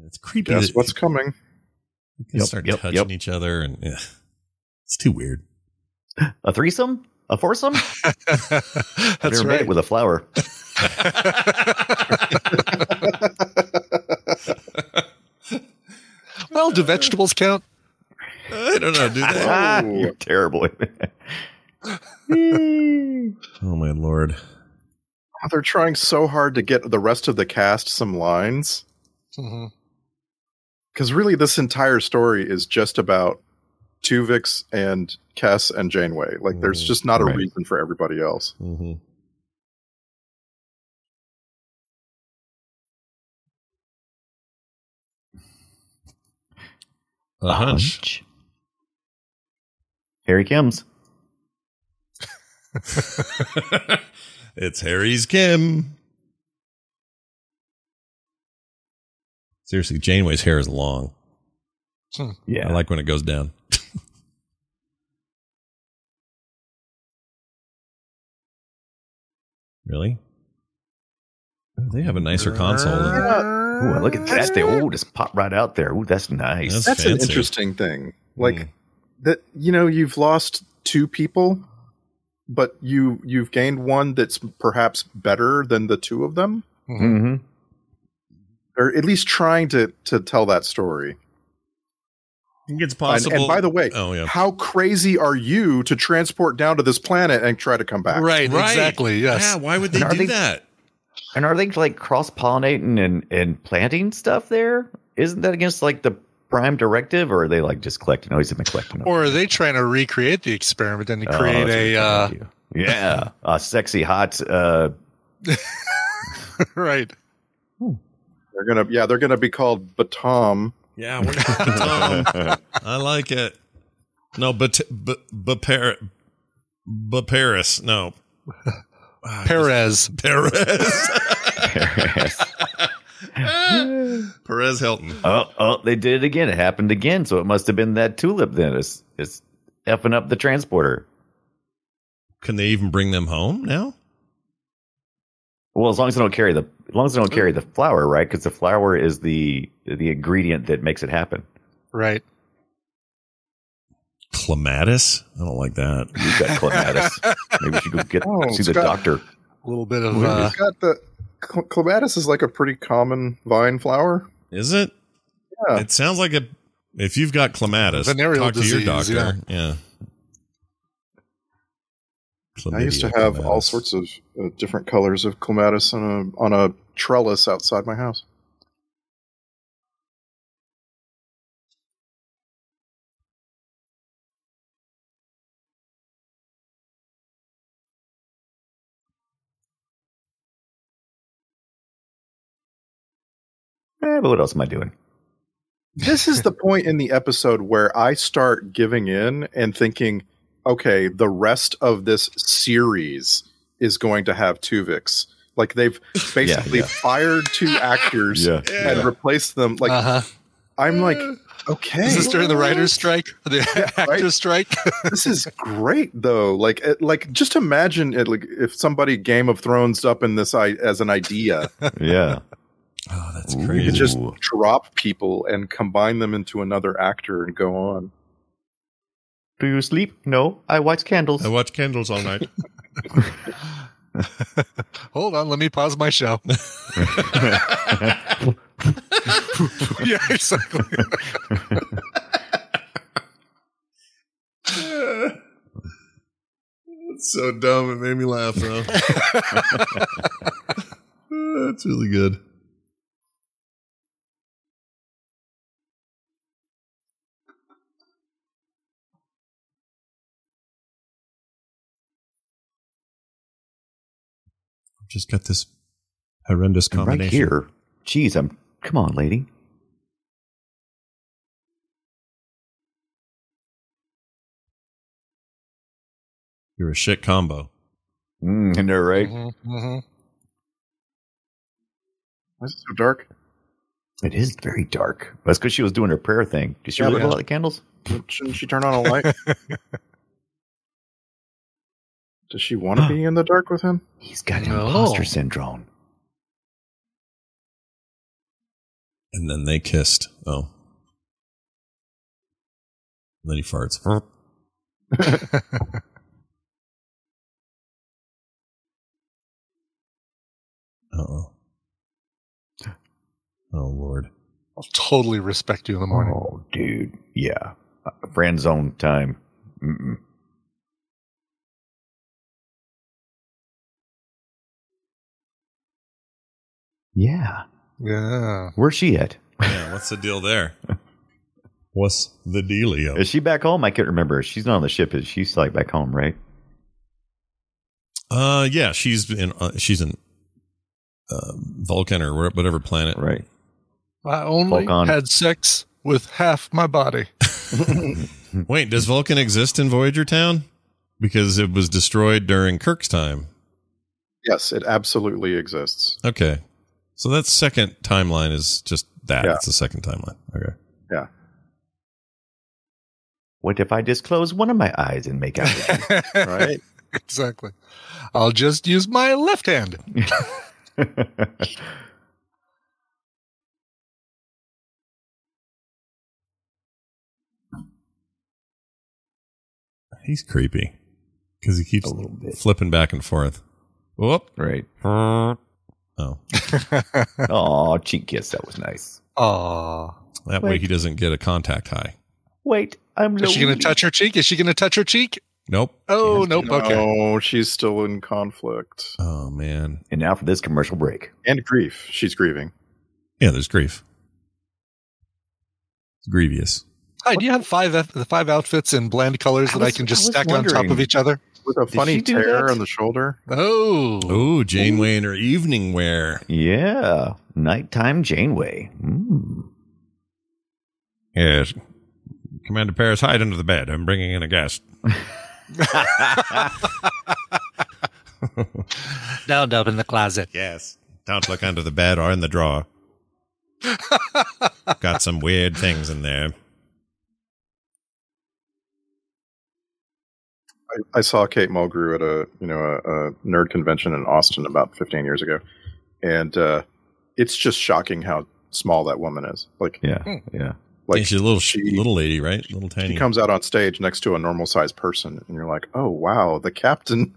Speaker 2: It's creepy.
Speaker 5: Guess
Speaker 2: that
Speaker 5: what's coming?
Speaker 2: you can
Speaker 3: Yep,
Speaker 2: start
Speaker 3: yep,
Speaker 2: touching
Speaker 3: yep.
Speaker 2: each other, and yeah. it's too weird.
Speaker 3: A threesome? A foursome? I've
Speaker 4: That's
Speaker 3: never made
Speaker 4: right.
Speaker 3: it with a flower.
Speaker 4: well, do vegetables count?
Speaker 2: I don't know. Do that.
Speaker 3: Ah,
Speaker 5: Oh.
Speaker 3: You're terrible.
Speaker 2: Oh my lord.
Speaker 5: Oh, they're trying so hard to get the rest of the cast some lines.
Speaker 4: Mhm.
Speaker 5: because really this entire story is just about Tuvix and Kess and Janeway. Like, there's
Speaker 2: Mm,
Speaker 5: just not a
Speaker 3: right.
Speaker 5: reason for everybody else.
Speaker 2: Mm-hmm. A hunch.
Speaker 3: Here he comes.
Speaker 2: it's Harry's Kim. Seriously, Janeway's hair is long.
Speaker 3: Yeah.
Speaker 2: I like when it goes down. really? Oh, They have a nicer console. than-
Speaker 3: Ooh, look at that. They, oh, just pop right out there. Ooh, that's nice.
Speaker 2: That's-
Speaker 5: That's
Speaker 2: Fancy.
Speaker 5: an interesting thing. Like
Speaker 2: Mm.
Speaker 5: that, you know, you've lost two people, but you you've gained one that's perhaps better than the two of them,
Speaker 4: Mm-hmm.
Speaker 3: hmm
Speaker 5: or at least trying to to tell that story.
Speaker 2: I think it's
Speaker 5: And,
Speaker 2: possible.
Speaker 5: and by the way,
Speaker 2: oh yeah,
Speaker 5: how crazy are you to transport down to this planet and try to come back?
Speaker 4: Right,
Speaker 2: Right.
Speaker 4: Exactly. Yes.
Speaker 2: yeah. Why would they
Speaker 3: Are
Speaker 2: do
Speaker 3: they-
Speaker 2: that?
Speaker 3: And are they like cross pollinating and, and planting stuff there? Isn't that against like the prime directive or are they like just collecting? Oh, he's been collecting.
Speaker 4: Or are they trying to recreate the experiment and
Speaker 3: Oh,
Speaker 4: create
Speaker 3: that's
Speaker 4: a
Speaker 3: what
Speaker 4: uh,
Speaker 3: I'm trying to do. yeah, a sexy hot uh,
Speaker 4: right?
Speaker 5: They're gonna yeah, they're gonna be called Batom.
Speaker 2: Yeah, we're Tom, I like it. No, but but but Paris, but Paris. No, Ah,
Speaker 4: Perez.
Speaker 2: Perez. Perez Hilton.
Speaker 3: Oh, oh, they did it again. It happened again. So it must have been that tulip then. It's, it's effing up the transporter.
Speaker 2: Can they even bring them home now?
Speaker 3: Well, as long as they don't carry the, as long as they don't carry the flower, right? Because the flower is the the ingredient that makes it happen.
Speaker 4: Right.
Speaker 2: Clematis? I don't like that.
Speaker 3: You've got clematis. Maybe you should go get
Speaker 5: Oh,
Speaker 3: see the
Speaker 5: Scott.
Speaker 3: doctor.
Speaker 4: A little bit of
Speaker 2: Uh-huh.
Speaker 5: We've
Speaker 4: uh,
Speaker 5: got the cl- clematis is like a pretty common vine flower.
Speaker 2: Is it?
Speaker 5: Yeah.
Speaker 2: It sounds like a. If you've got clematis,
Speaker 4: Venereal
Speaker 2: talk to your
Speaker 4: disease,
Speaker 2: doctor. Yeah.
Speaker 5: I used to
Speaker 2: Chlamydia,
Speaker 5: have all
Speaker 2: clematis.
Speaker 5: sorts of uh, different colors of clematis on a on a trellis outside my house.
Speaker 3: Eh, but what else am I doing?
Speaker 5: This is the point in the episode where I start giving in and thinking, okay, the rest of this series is going to have Tuvix. Like they've basically
Speaker 3: yeah.
Speaker 5: fired two actors
Speaker 3: Yeah, Uh-huh.
Speaker 5: and replaced them. Like
Speaker 4: uh huh.
Speaker 5: I'm like, okay.
Speaker 4: Is this during the writer's strike? The actor's strike?
Speaker 5: this is great though. Like, it, like just imagine it. Like, if somebody Game of Thrones up in this I, as an idea,
Speaker 3: Yeah.
Speaker 2: Oh, that's
Speaker 3: Ooh.
Speaker 5: you
Speaker 2: crazy.
Speaker 5: could just
Speaker 3: Ooh.
Speaker 5: drop people and combine them into another actor and go on.
Speaker 3: Do you sleep? No, I watch candles.
Speaker 2: I watch candles all night.
Speaker 4: Hold on, let me pause my show. yeah, exactly.
Speaker 2: it's so dumb. It made me laugh though. That's really good. Just got this horrendous
Speaker 3: I'm right
Speaker 2: combination.
Speaker 3: here. Jeez, I'm. Come on, lady.
Speaker 2: You're a shit combo.
Speaker 5: Hmm.
Speaker 3: Mm, I know, right?
Speaker 4: Mhm, mhm.
Speaker 5: Why is it so dark?
Speaker 3: It is very dark. That's because she was doing her prayer thing. Did she
Speaker 5: Yeah,
Speaker 3: really
Speaker 5: but-
Speaker 3: blow out the candles?
Speaker 5: Shouldn't she turn on a light? Does she want to be in the dark with him?
Speaker 3: He's got
Speaker 4: No.
Speaker 3: imposter syndrome.
Speaker 2: And then they kissed. Oh. And then he farts. Uh-oh. Oh Lord.
Speaker 4: I'll totally respect you in the morning.
Speaker 3: Oh, dude. Yeah. Uh, Friend zone time. Mm-mm. Yeah.
Speaker 4: Yeah.
Speaker 3: Where's she at?
Speaker 2: Yeah, what's the deal there? What's the dealio?
Speaker 3: Is she back home? I couldn't remember. She's not on the ship. Is she's like back home, right?
Speaker 2: Uh yeah, she's in uh, she's in uh, Vulcan or where- whatever planet.
Speaker 3: Right.
Speaker 4: I only
Speaker 3: Volcon.
Speaker 4: had sex with half my body.
Speaker 2: Wait, does Vulcan exist in Voyager Town? Because it was destroyed during Kirk's time.
Speaker 5: Yes, it absolutely exists.
Speaker 2: Okay. So that second timeline is just that.
Speaker 5: Yeah.
Speaker 2: It's the second timeline. Okay.
Speaker 3: What if I disclose one of my eyes and make out? with you?
Speaker 4: right. Exactly. I'll just use my left hand.
Speaker 2: He's creepy because he keeps
Speaker 3: A little bit.
Speaker 2: flipping back and forth. Whoop.
Speaker 3: right.
Speaker 2: Oh,
Speaker 3: Oh, cheek kiss. That was nice.
Speaker 4: Aw.
Speaker 2: that way
Speaker 3: Wait.
Speaker 2: he doesn't get a contact high.
Speaker 3: Wait, I'm.
Speaker 4: Is she going to
Speaker 3: Louise.
Speaker 4: touch her cheek? Is she going to touch her cheek?
Speaker 2: Nope.
Speaker 4: Oh, nope. Okay.
Speaker 5: No, she's still in conflict
Speaker 2: Oh man.
Speaker 3: And now for this commercial break.
Speaker 5: and grief. She's grieving.
Speaker 2: Yeah, there's grief. It's grievous.
Speaker 4: Hi, do you have five F- the five outfits in bland colors
Speaker 3: I
Speaker 4: that I
Speaker 3: was-
Speaker 4: can
Speaker 3: I
Speaker 4: just
Speaker 3: was
Speaker 4: stack on top of
Speaker 3: wondering.
Speaker 4: each other?
Speaker 5: with a
Speaker 3: Did
Speaker 5: funny
Speaker 3: she do
Speaker 5: tear
Speaker 3: that?
Speaker 5: on the shoulder.
Speaker 4: Oh.
Speaker 2: Oh, Janeway in her evening wear.
Speaker 3: Yeah, nighttime Janeway. Mm.
Speaker 2: Yes. Commander Paris, hide under the bed. I'm bringing in a guest.
Speaker 4: Down up in the closet.
Speaker 2: Yes. Don't look under the bed or in the drawer. Got some weird things in there.
Speaker 5: I, I saw Kate Mulgrew at a you know a, a nerd convention in Austin about 15 years ago, and uh, it's just shocking how small that woman is. Like
Speaker 3: Yeah,
Speaker 4: Hmm.
Speaker 3: yeah.
Speaker 5: like
Speaker 2: Yeah, she's a little
Speaker 5: she-
Speaker 2: little lady, right? Little
Speaker 5: she
Speaker 2: tiny.
Speaker 5: comes out on stage next to a normal sized person, and you're like, oh wow, the captain.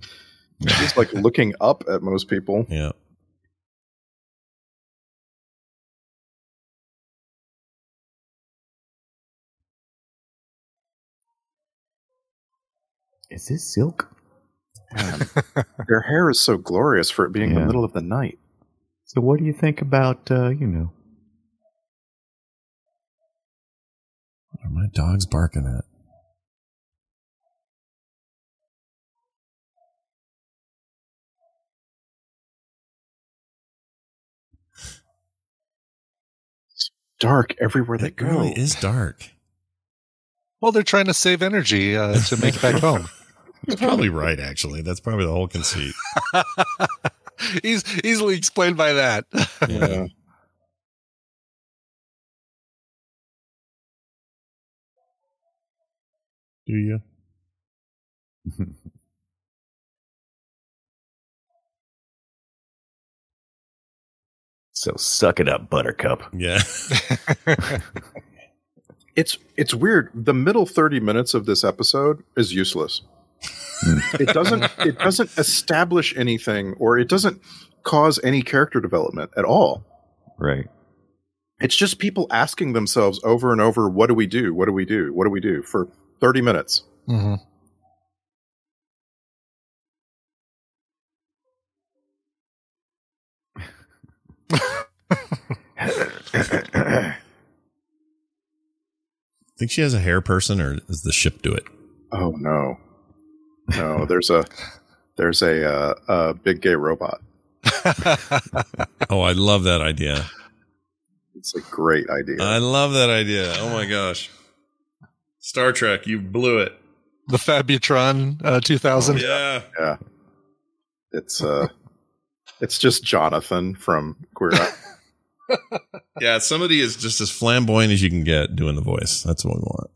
Speaker 5: She's like looking up at most people.
Speaker 2: yeah.
Speaker 3: Is this silk?
Speaker 5: Their hair is so glorious for it being the
Speaker 3: Yeah.
Speaker 5: middle of the night.
Speaker 3: So, what do you think about uh, you know?
Speaker 2: What are my dogs barking at?
Speaker 5: Dark everywhere they
Speaker 2: It
Speaker 5: go.
Speaker 2: really is dark.
Speaker 4: Well, they're trying to save energy uh, to make it back home.
Speaker 2: You're probably right, actually. That's probably the whole conceit.
Speaker 4: He's easily explained by that.
Speaker 2: Yeah. Do you?
Speaker 3: So suck it up, Buttercup.
Speaker 2: Yeah.
Speaker 5: It's it's weird. The middle 30 minutes of this episode is useless.
Speaker 2: Hmm.
Speaker 5: it doesn't it doesn't establish anything or it doesn't cause any character development at all.
Speaker 3: Right.
Speaker 5: It's just people asking themselves over and over, what do we do? What do we do? What do we do for 30 minutes?
Speaker 4: Mm-hmm.
Speaker 2: Think she has a hair person, or does the ship do it?
Speaker 5: Oh no. No, there's a there's a uh, a big gay robot.
Speaker 2: Oh, I love that idea.
Speaker 5: It's a great idea.
Speaker 3: Uh,
Speaker 2: I love that idea. Oh my gosh. Star Trek, you blew it.
Speaker 4: the Fabutron uh,
Speaker 5: Oh,
Speaker 4: 2000.
Speaker 2: Yeah.
Speaker 5: it's uh it's just Jonathan from Queer Eye.
Speaker 2: Yeah, somebody is just as flamboyant as you can get doing the voice. That's what we want.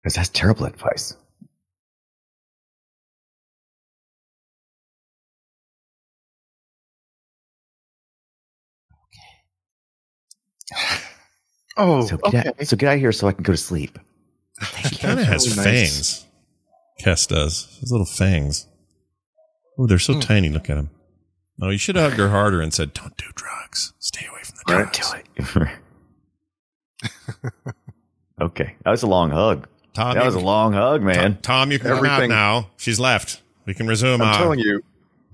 Speaker 3: Because that's terrible advice.
Speaker 5: Oh,
Speaker 3: So get, out, so get out of here so I can go to sleep.
Speaker 2: She kind of has
Speaker 5: Really nice.
Speaker 2: fangs. Kess does. She has little fangs. Oh, they're so tiny. Look at them. No, you should have hugged her harder and said, "Don't do drugs. Stay away from the
Speaker 3: Don't
Speaker 2: drugs."
Speaker 3: do it. okay. That was a long hug.
Speaker 2: Tom,
Speaker 3: That
Speaker 2: you-
Speaker 3: was a long hug, man.
Speaker 2: Tom, Tom, you can
Speaker 5: Everything-
Speaker 2: come out now. She's left. We can resume.
Speaker 5: I'm
Speaker 2: our-
Speaker 5: telling you,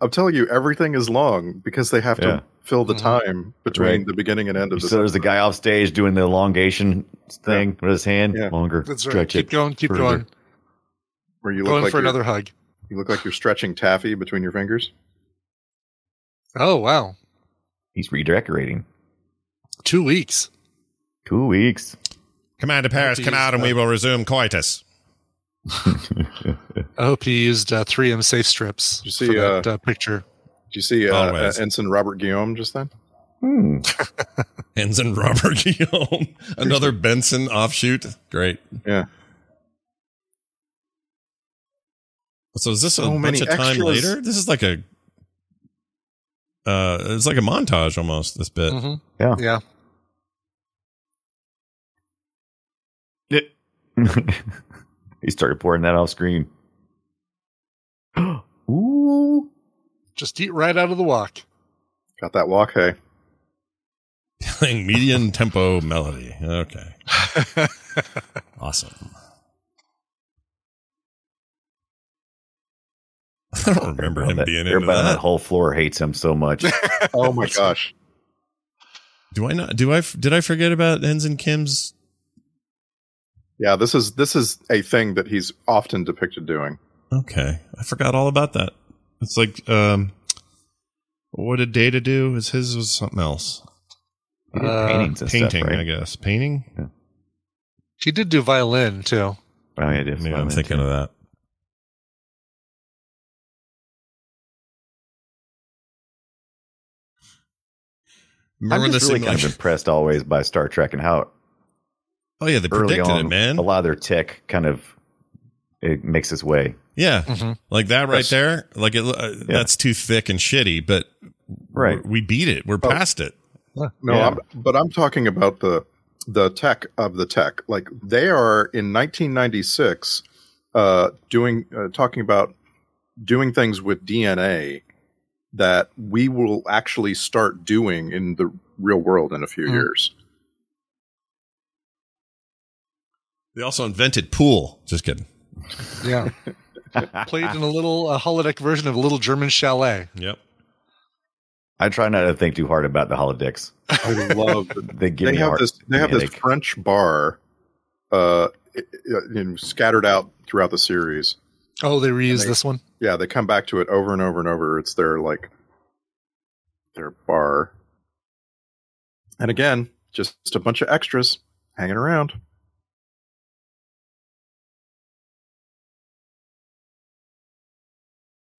Speaker 5: I'm telling you, everything is long because they have
Speaker 3: Yeah.
Speaker 5: to fill the time between
Speaker 3: Right.
Speaker 5: the beginning and end of this.
Speaker 3: So there's the guy off stage doing the elongation thing with his hand
Speaker 5: Yeah.
Speaker 3: longer.
Speaker 4: That's right.
Speaker 3: Stretch
Speaker 4: Keep
Speaker 3: it.
Speaker 4: going. Keep
Speaker 3: further.
Speaker 4: going.
Speaker 5: where you
Speaker 4: Going
Speaker 5: look like
Speaker 4: for
Speaker 5: you're-
Speaker 4: another hug.
Speaker 5: you look like you're stretching taffy between your fingers.
Speaker 4: Oh, wow.
Speaker 3: He's redecorating.
Speaker 4: Two weeks.
Speaker 3: Two weeks.
Speaker 2: Commander Paris,
Speaker 4: Don't
Speaker 2: come
Speaker 4: use
Speaker 2: out, and
Speaker 4: that.
Speaker 2: we will resume coitus.
Speaker 4: I hope you used uh, 3M safe strips.
Speaker 5: You see,
Speaker 4: for that, uh, picture.
Speaker 5: Did you see uh, uh,
Speaker 2: Always.
Speaker 5: Ensign Robert Guillaume just then?
Speaker 3: Hmm.
Speaker 2: Ensign Robert Guillaume, another Benson offshoot. Great.
Speaker 5: Yeah.
Speaker 2: So is this
Speaker 5: So
Speaker 2: a bunch
Speaker 5: many
Speaker 2: of time
Speaker 5: extras.
Speaker 2: later? This is like a. Uh, it's like a montage almost. This
Speaker 5: Mm-hmm.
Speaker 2: bit.
Speaker 4: Mhm.
Speaker 3: Yeah.
Speaker 4: Yeah.
Speaker 3: he started pouring that off screen. Ooh.
Speaker 4: Just eat right out of the walk.
Speaker 5: Got that walk? Hey,
Speaker 2: playing median tempo melody. Okay, awesome. I don't remember him
Speaker 3: That-
Speaker 2: being into
Speaker 3: everybody on
Speaker 2: that.
Speaker 3: that whole floor hates him so
Speaker 2: Uh,
Speaker 3: much.
Speaker 5: oh my gosh!
Speaker 2: Do I not? Do I? f- Did I forget about Ensign Kim's?
Speaker 5: Yeah, this is this is a thing that he's often depicted doing.
Speaker 2: Okay, I forgot all about that. It's like, um, what did Data do? Is his was something else?
Speaker 3: He did
Speaker 4: Uh,
Speaker 3: paintings and
Speaker 2: Painting,
Speaker 3: stuff, right?
Speaker 2: I guess. Painting.
Speaker 4: She did do violin, too.
Speaker 3: Oh, yeah, it is
Speaker 2: Maybe I'm
Speaker 3: fun,
Speaker 2: thinking
Speaker 3: too.
Speaker 2: of that. Remember
Speaker 3: I'm
Speaker 2: the
Speaker 3: just really kind
Speaker 2: simulation?
Speaker 3: of impressed always by Star Trek and how
Speaker 2: oh yeah, they
Speaker 3: early
Speaker 2: predicted
Speaker 3: on
Speaker 2: it, man.
Speaker 3: a lot of their tech kind of it makes its way.
Speaker 2: Yeah,
Speaker 3: Mm-hmm.
Speaker 4: Mhm.
Speaker 2: like that right
Speaker 5: Yes.
Speaker 2: there. Like it, uh, that's too thick and shitty, but
Speaker 3: Right.
Speaker 2: we beat it. We're
Speaker 5: Oh.
Speaker 2: past it.
Speaker 5: No,
Speaker 3: Yeah.
Speaker 5: I'm, but I'm talking about the the tech of the tech. Like they are in 1996 uh, doing uh, talking about doing things with DNA that we will actually start doing in the real world in a few
Speaker 4: Mm.
Speaker 5: years.
Speaker 2: They also invented pool. Just kidding.
Speaker 4: Yeah. Played in a little a holodeck version of a little German chalet.
Speaker 2: Yep.
Speaker 3: I try not to think too hard about the holodecks.
Speaker 5: I love that
Speaker 3: They give
Speaker 5: they
Speaker 3: me a
Speaker 5: have
Speaker 3: heart-
Speaker 5: this they
Speaker 3: give
Speaker 5: have
Speaker 3: me a
Speaker 5: this
Speaker 3: headache.
Speaker 5: French bar uh, i- i- you know, scattered out throughout the series.
Speaker 4: Oh, they reused
Speaker 5: they-
Speaker 4: this one?
Speaker 5: Yeah, they come back to it over and over and over. It's their like their bar. And again, just a bunch of extras hanging around.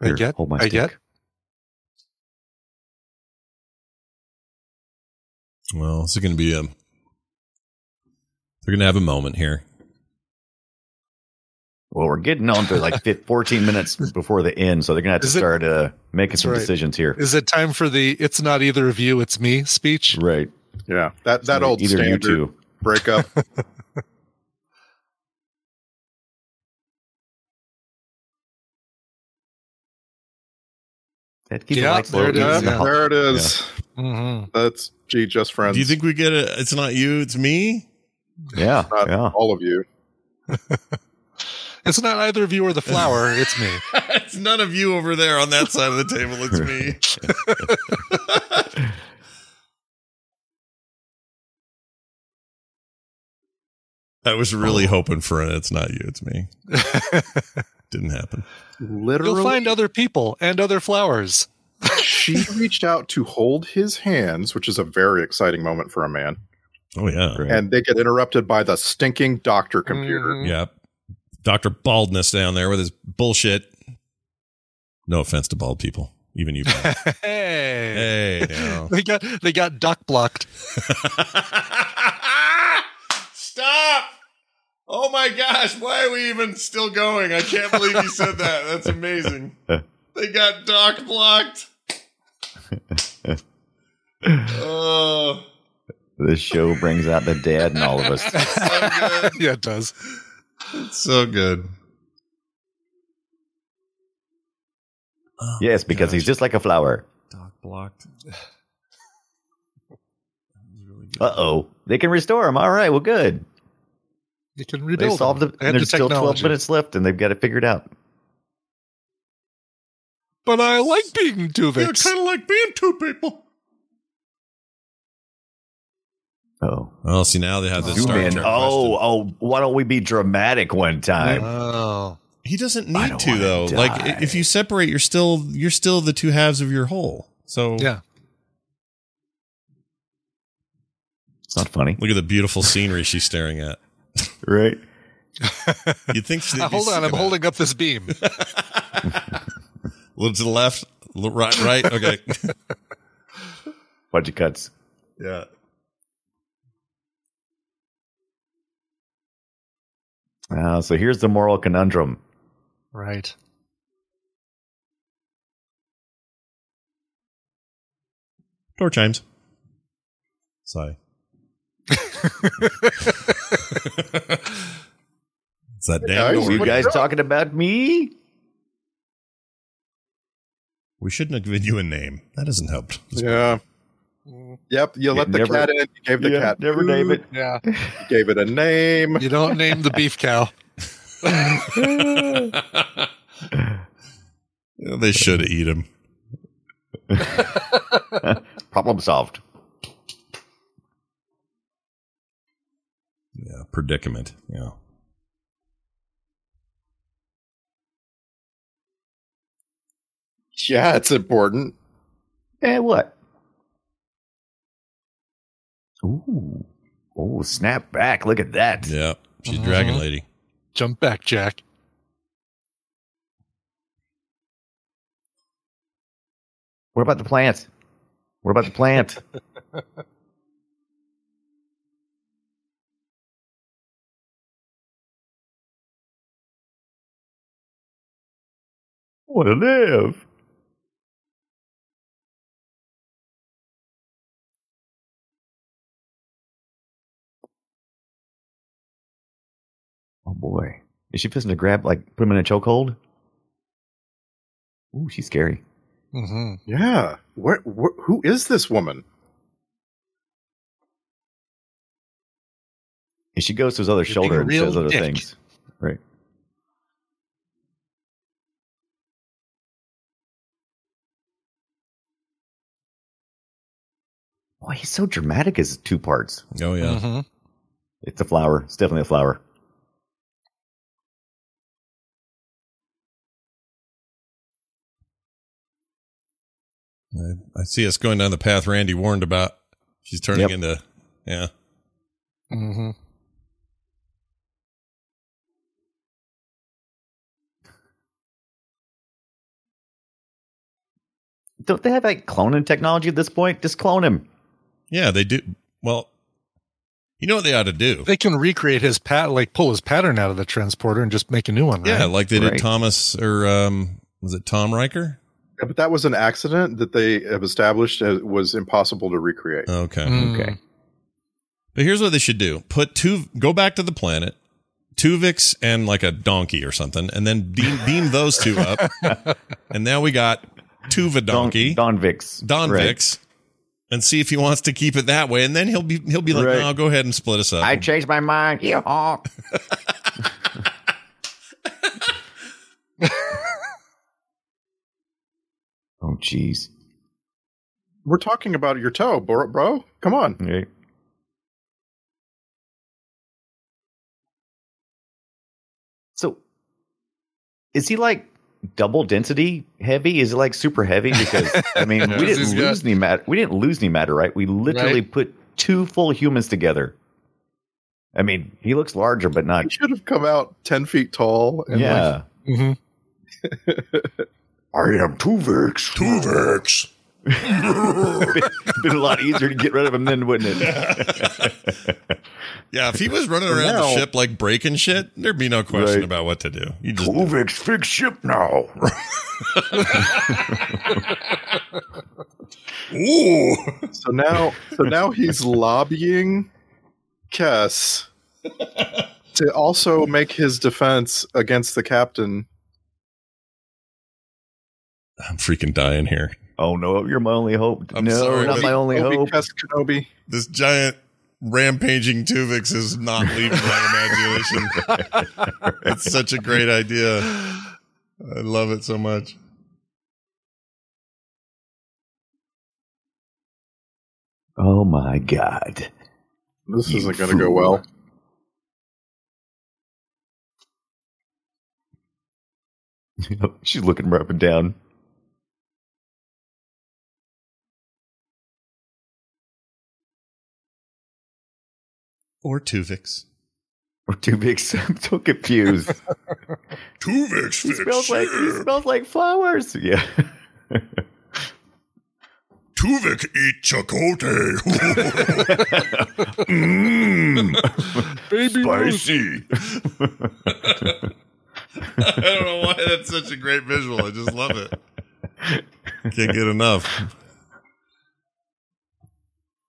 Speaker 4: I
Speaker 3: Here,
Speaker 4: get.
Speaker 3: hold my
Speaker 4: I
Speaker 3: stick.
Speaker 4: get.
Speaker 2: Well, this is going to be a. They're going to have a moment here.
Speaker 3: Well, we're getting on to like fif- 14 minutes before the end, so they're gonna have to
Speaker 4: Is it-
Speaker 3: start uh, making
Speaker 4: That's
Speaker 3: some
Speaker 4: right.
Speaker 3: decisions here.
Speaker 4: Is it time for the "It's not either of you, it's me" speech?
Speaker 3: Right.
Speaker 5: Yeah, that that old
Speaker 3: either you
Speaker 5: standard
Speaker 3: two.
Speaker 5: breakup.
Speaker 3: That keeps the
Speaker 4: Yeah,
Speaker 3: lights
Speaker 4: there
Speaker 3: low.
Speaker 4: it is,
Speaker 3: Even
Speaker 4: yeah.
Speaker 3: the-
Speaker 5: There it is.
Speaker 4: Mm-hmm.
Speaker 5: That's gee, just friends.
Speaker 2: Do you think we get a? It's not you, it's me.
Speaker 3: Yeah.
Speaker 5: Not
Speaker 3: yeah.
Speaker 5: all of you?
Speaker 4: It's not either of you or the flower. it's me.
Speaker 2: it's none of you over there on that side of the table. It's me. I was really hoping for an It's not you, it's me. Didn't happen.
Speaker 5: Literally,
Speaker 4: You'll find other people and other flowers.
Speaker 5: she reached out to hold his hands, which is a very exciting moment for a man.
Speaker 2: Oh, yeah.
Speaker 3: Right.
Speaker 5: And they get interrupted by the stinking doctor computer.
Speaker 4: Mhm.
Speaker 2: Yep. Dr. Baldness down there with his bullshit. No offense to bald people, even you. Pat.
Speaker 4: Hey.
Speaker 2: hey, now.
Speaker 4: They got they got duck blocked.
Speaker 2: Stop! Oh my gosh, why are we even still going? I can't believe you said that. That's amazing. They got dock blocked. Oh,
Speaker 3: This show brings out the dad in all of us.
Speaker 2: so
Speaker 4: yeah, it does.
Speaker 2: good. So good. Oh,
Speaker 3: Yes, because
Speaker 2: gosh.
Speaker 3: he's just like a flower.
Speaker 2: dock blocked.
Speaker 3: Uh oh. They can restore him. All right. Well, good.
Speaker 4: You can
Speaker 3: They
Speaker 4: rebuild.
Speaker 3: solved
Speaker 4: them.
Speaker 3: it.
Speaker 4: They had
Speaker 3: and
Speaker 4: the
Speaker 3: there's still 12
Speaker 4: technology.
Speaker 3: minutes left, and they've got it figured out.
Speaker 4: But I like being Duvix.
Speaker 2: of like being two people.
Speaker 3: Oh.
Speaker 2: Well, see now they have this Star
Speaker 3: Human.
Speaker 2: Trek question.
Speaker 3: Oh, oh. Why don't we be dramatic one time?
Speaker 4: Oh,
Speaker 2: He doesn't
Speaker 3: I
Speaker 2: need
Speaker 3: don't
Speaker 2: to
Speaker 3: wanna
Speaker 2: though.
Speaker 3: die.
Speaker 2: Like i- if you separate, you're still you're still the two halves of your whole. So
Speaker 4: yeah.
Speaker 3: It's not funny,
Speaker 2: look at the beautiful scenery she's staring at.
Speaker 3: right?
Speaker 2: You think? she'd
Speaker 4: Uh, Ah,
Speaker 2: be
Speaker 4: hold
Speaker 2: sick
Speaker 4: on,
Speaker 2: of
Speaker 4: I'm
Speaker 2: it.
Speaker 4: holding up this beam.
Speaker 2: a little to the left, a little right, right. Okay.
Speaker 3: Bunch of cuts.
Speaker 2: yeah.
Speaker 3: Uh, so here's the moral conundrum.
Speaker 4: right.
Speaker 2: Door chimes. Sigh. it's that damn
Speaker 5: Guys,
Speaker 2: door.
Speaker 3: You
Speaker 5: What
Speaker 3: guys
Speaker 5: the-
Speaker 3: talking about me?
Speaker 2: We shouldn't have given you a name. That hasn't helped.
Speaker 5: Yeah. Yep. You let the
Speaker 3: never-
Speaker 5: cat in. You gave the
Speaker 3: Yeah,
Speaker 5: cat.
Speaker 3: never name
Speaker 5: food,
Speaker 3: it.
Speaker 4: Yeah.
Speaker 5: you Gave it a name.
Speaker 4: You don't name the beef cow.
Speaker 2: Yeah, they should have eat him.
Speaker 3: Problem solved.
Speaker 2: Yeah, predicament. Yeah.
Speaker 5: Yeah, it's important.
Speaker 3: Eh, what? Ooh. Oh, snap back. Look at that.
Speaker 2: Yeah. She's dragon
Speaker 4: Mhm.
Speaker 2: lady.
Speaker 4: Jump back, Jack.
Speaker 3: What about the plant? What about the plant? Want to live. Oh boy. Is she fixing to grab, like, put him in a chokehold? Ooh, she's scary.
Speaker 4: Mm-hmm.
Speaker 5: Yeah. What, what? Who is this woman?
Speaker 3: And she goes to his other
Speaker 4: being
Speaker 3: shoulder
Speaker 4: a
Speaker 3: and says
Speaker 4: real
Speaker 3: other
Speaker 4: dick.
Speaker 3: things. Right. Boy, he's so dramatic as two parts.
Speaker 2: Oh yeah.
Speaker 4: hmm
Speaker 3: It's a flower. It's definitely a flower.
Speaker 2: I, I see us going down the path Randy warned about. She's turning
Speaker 3: Yep.
Speaker 2: into yeah.
Speaker 4: hmm
Speaker 3: Don't they have like cloning technology at this point? Just clone him.
Speaker 2: Yeah, they do Well, you know what they ought to do?
Speaker 4: They can recreate his pat, like pull his pattern out of the transporter and just make a new one. Right?
Speaker 2: Yeah, like they did
Speaker 3: Right.
Speaker 2: Thomas or um, was it Tom Riker?
Speaker 5: Yeah, but that was an accident that they have established uh, was impossible to recreate.
Speaker 2: Okay.
Speaker 4: Mm.
Speaker 3: Okay.
Speaker 2: But here's what they should do: put two, go back to the planet, Tuvix and like a donkey or something, and then beam, beam those two up, and now we got Tuva donkey,
Speaker 3: Don, Don Vix.
Speaker 2: Don
Speaker 3: Right.
Speaker 2: Vix, and see if he wants to keep it that way, and then he'll be he'll be like,
Speaker 3: Right.
Speaker 2: "No, go ahead and split us up."
Speaker 3: I changed my mind. Yeehaw. oh, jeez.
Speaker 5: We're talking about your toe, bro. bro. Come on.
Speaker 3: Right. So, is he like double density heavy? Is it like super heavy? Because I mean, we
Speaker 4: Because he's
Speaker 3: didn't
Speaker 4: got-
Speaker 3: lose any matter. We didn't lose any matter, right? We literally put two full humans together. I mean, he looks larger, but not.
Speaker 5: He should have come out 10 feet tall. And
Speaker 3: yeah.
Speaker 5: Like,
Speaker 4: Mhm.
Speaker 3: I am Tuvix. Tuvix. been, been a lot easier to get rid of him then, wouldn't it?
Speaker 2: yeah, if he was running around
Speaker 5: Now-
Speaker 2: the ship like breaking shit, there'd be no question
Speaker 3: Right.
Speaker 2: about what to do. You just
Speaker 3: Tuvix, fix ship now.
Speaker 2: ooh,
Speaker 5: so now, so now he's lobbying Kess to also make his defense against the captain.
Speaker 2: I'm freaking dying here.
Speaker 3: Oh no, you're my only hope.
Speaker 2: I'm
Speaker 3: no,
Speaker 2: sorry,
Speaker 3: not
Speaker 2: but-
Speaker 3: my only
Speaker 5: Obi
Speaker 3: hope.
Speaker 5: Kess Kenobi.
Speaker 2: this giant rampaging Tuvix is not leaving my imagination. it's such a great idea. I love it so much.
Speaker 3: Oh my god.
Speaker 5: This
Speaker 3: You
Speaker 5: isn't going to go
Speaker 3: fool.
Speaker 5: well.
Speaker 3: She's looking right up and down.
Speaker 2: Or Tuvix.
Speaker 3: We're too big. so I'm so confused.
Speaker 2: Tuvix
Speaker 3: he smells like he smells like flowers. Yeah.
Speaker 2: Tuvix eat chakote.
Speaker 5: Mm.
Speaker 4: Baby Ruth.
Speaker 2: I don't know why that's such a great visual. I just love it. Can't get enough.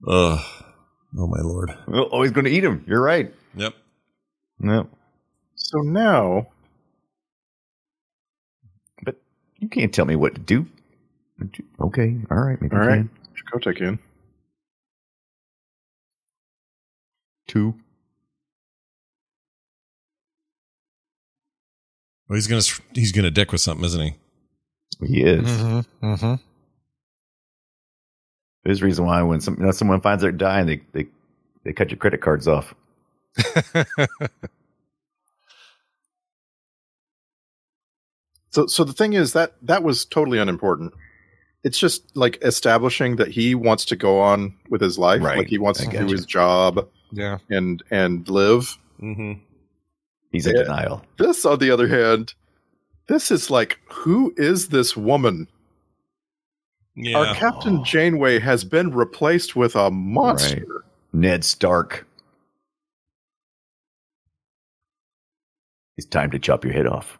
Speaker 2: Ugh. Oh my lord.
Speaker 3: oh, he's gonna eat him. You're right.
Speaker 2: Yep.
Speaker 3: No.
Speaker 5: So now,
Speaker 3: But you can't tell me what to do. But you- Okay. All right. Maybe
Speaker 5: all
Speaker 3: you
Speaker 5: right,
Speaker 3: can.
Speaker 5: Chakotay can.
Speaker 3: Two.
Speaker 2: Well, he's gonna he's gonna dick with something, isn't he?
Speaker 3: He is.
Speaker 5: Mm-hmm.
Speaker 4: Mhm, mhm.
Speaker 3: There's a reason why when some, when someone finds they're dying, they, they they cut your credit cards off.
Speaker 5: So, so the thing is that that was totally unimportant. It's just like establishing that he wants to go on with his life,
Speaker 3: Right.
Speaker 5: like he wants
Speaker 3: I
Speaker 5: to do
Speaker 3: gotcha.
Speaker 5: his job
Speaker 4: Yeah.
Speaker 5: and and live.
Speaker 2: Mm-hmm.
Speaker 3: He's in
Speaker 5: Yeah.
Speaker 3: denial.
Speaker 5: This, on the other hand, this is like, who is this woman?
Speaker 2: Yeah.
Speaker 5: Our Captain Janeway has been replaced with a monster.
Speaker 3: Ned Stark. It's time to chop your head off.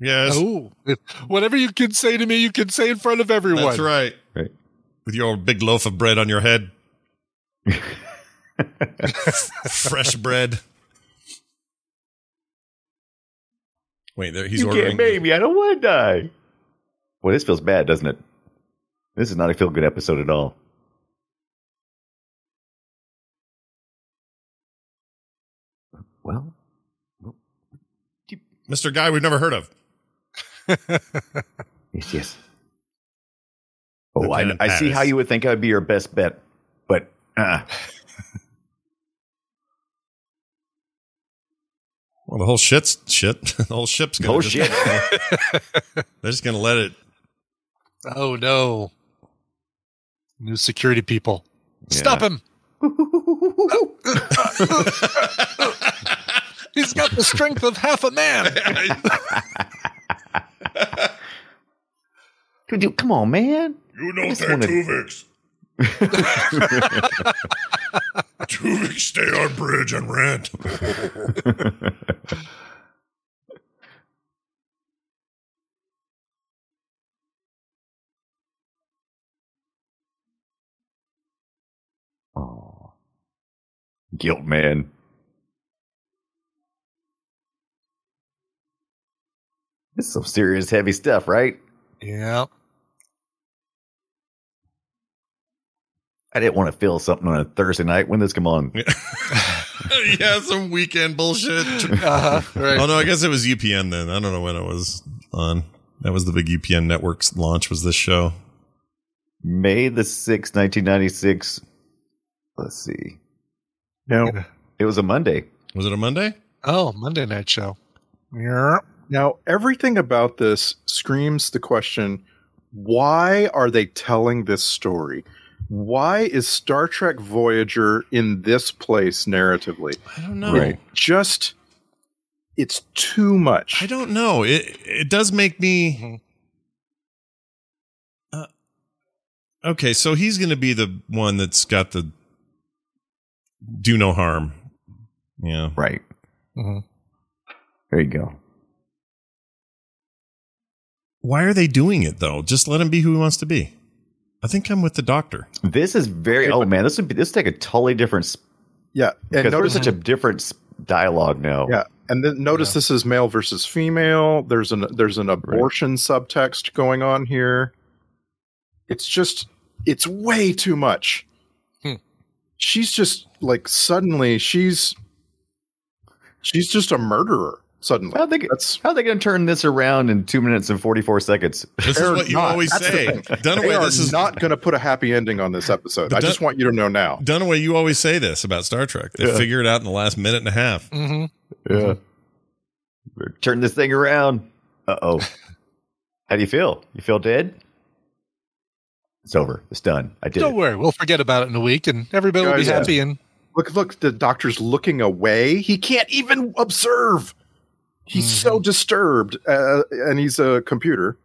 Speaker 2: yes.
Speaker 4: Oh, if- whatever you can say to me, you can say in front of everyone.
Speaker 2: That's right.
Speaker 3: Right.
Speaker 2: With your big loaf of bread on your head. Fresh bread. Wait, there he's
Speaker 3: you
Speaker 2: ordering.
Speaker 3: can't make me. I don't want to die. Well, this feels bad, doesn't it? This is not a feel good episode at all. Well,
Speaker 2: Mr. Guy we've never heard of.
Speaker 3: yes, yes. Oh, I,
Speaker 2: Lieutenant
Speaker 3: I see how
Speaker 2: Pattis.
Speaker 3: you would think I would be your best bet, but uh,
Speaker 2: Well, the whole shit's shit. The whole ship's gonna
Speaker 3: oh
Speaker 2: just-
Speaker 3: shit.
Speaker 2: They're just gonna let it
Speaker 4: Oh no. New security people. Stop him. He's got the strength of half a man.
Speaker 3: Dude, dude, come on, man.
Speaker 6: You know
Speaker 3: I
Speaker 6: that
Speaker 3: just wanna-
Speaker 6: Tuvix. Tuvix, stay on bridge and rant.
Speaker 3: Oh. Guilt man. This is some serious heavy stuff, right?
Speaker 4: Yeah.
Speaker 3: I didn't want to feel something on a Thursday night. When this come on?
Speaker 2: yeah, some weekend bullshit.
Speaker 4: Uh-huh. Right.
Speaker 2: Oh no, I guess it was UPN then. I don't know when it was on. That was the big UPN network's launch. Was this show?
Speaker 3: May the 6th, 1996. Let's see.
Speaker 5: Now,
Speaker 3: It was a Monday.
Speaker 2: Was it a Monday?
Speaker 4: Oh, Monday Night Show. Yeah.
Speaker 5: now everything about this screams the question: Why are they telling this story? Why is Star Trek Voyager in this place narratively?
Speaker 2: I don't know.
Speaker 3: Right.
Speaker 5: Just, it's too much.
Speaker 2: I don't know. It it does make me.
Speaker 5: Mm-hmm.
Speaker 2: Uh, okay, so he's going to be the one that's got the do no harm. Yeah.
Speaker 3: Right.
Speaker 4: Mhm.
Speaker 3: There you go.
Speaker 2: Why are they doing it though? Just let him be who he wants to be. I think I'm with the doctor.
Speaker 3: This is very.
Speaker 5: Yeah,
Speaker 3: Oh
Speaker 5: but-
Speaker 3: man, this would be. This would take a totally different. sp-
Speaker 5: yeah, and
Speaker 3: Because there's
Speaker 5: notice
Speaker 3: such a different s- dialogue now.
Speaker 5: Yeah, and then notice this is male versus female. There's an there's an abortion subtext going on here. It's just it's way too much.
Speaker 4: Hmm.
Speaker 5: She's just like suddenly she's she's just a murderer suddenly.
Speaker 3: How they
Speaker 5: That's
Speaker 3: How are they going to turn this around in two minutes and forty four seconds?
Speaker 2: This is
Speaker 5: They're
Speaker 2: what you
Speaker 5: not.
Speaker 2: always
Speaker 5: That's the
Speaker 2: say.
Speaker 5: thing. they
Speaker 2: Dunaway,
Speaker 5: are
Speaker 2: this is
Speaker 5: not going to put a happy ending on this episode.
Speaker 2: But
Speaker 5: I
Speaker 2: that-
Speaker 5: just want you to know now.
Speaker 2: Dunaway, you always say this about Star Trek. They
Speaker 3: Yeah.
Speaker 2: figure it out in the last minute and a half.
Speaker 4: Mm-hmm.
Speaker 3: Yeah. Turn this thing around. Uh oh. How do you feel? You feel dead? It's over. It's done. I did
Speaker 4: Don't
Speaker 3: it.
Speaker 4: worry. We'll forget about it in a week and everybody will be
Speaker 5: Guys, Oh, yeah.
Speaker 4: happy. And
Speaker 5: Look, look, the doctor's looking away. He can't even observe. He's
Speaker 2: Mm-hmm.
Speaker 5: so disturbed, uh, and he's a computer.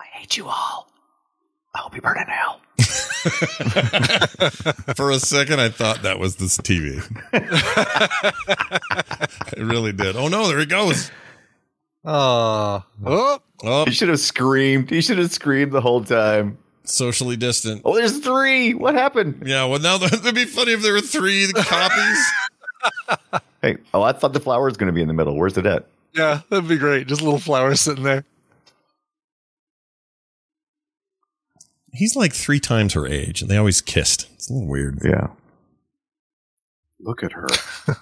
Speaker 3: I hate you all. I hope you burn in hell.
Speaker 2: For a second, I thought that was this TV. I really did. Oh no, there he goes.
Speaker 4: oh, oh,
Speaker 2: Oh,
Speaker 3: He should have screamed. He should have screamed the whole time.
Speaker 2: socially distant.
Speaker 3: Oh, there's three. What happened?
Speaker 2: Yeah, well, now it'd be funny if there were three copies.
Speaker 3: Hey, oh, I thought the flower was going to be in the middle. Where's it at?
Speaker 4: yeah, that'd be great. Just little flowers sitting there.
Speaker 2: He's like three times her age, and they always kissed. It's a little weird.
Speaker 3: Yeah.
Speaker 5: Look at her.
Speaker 4: That's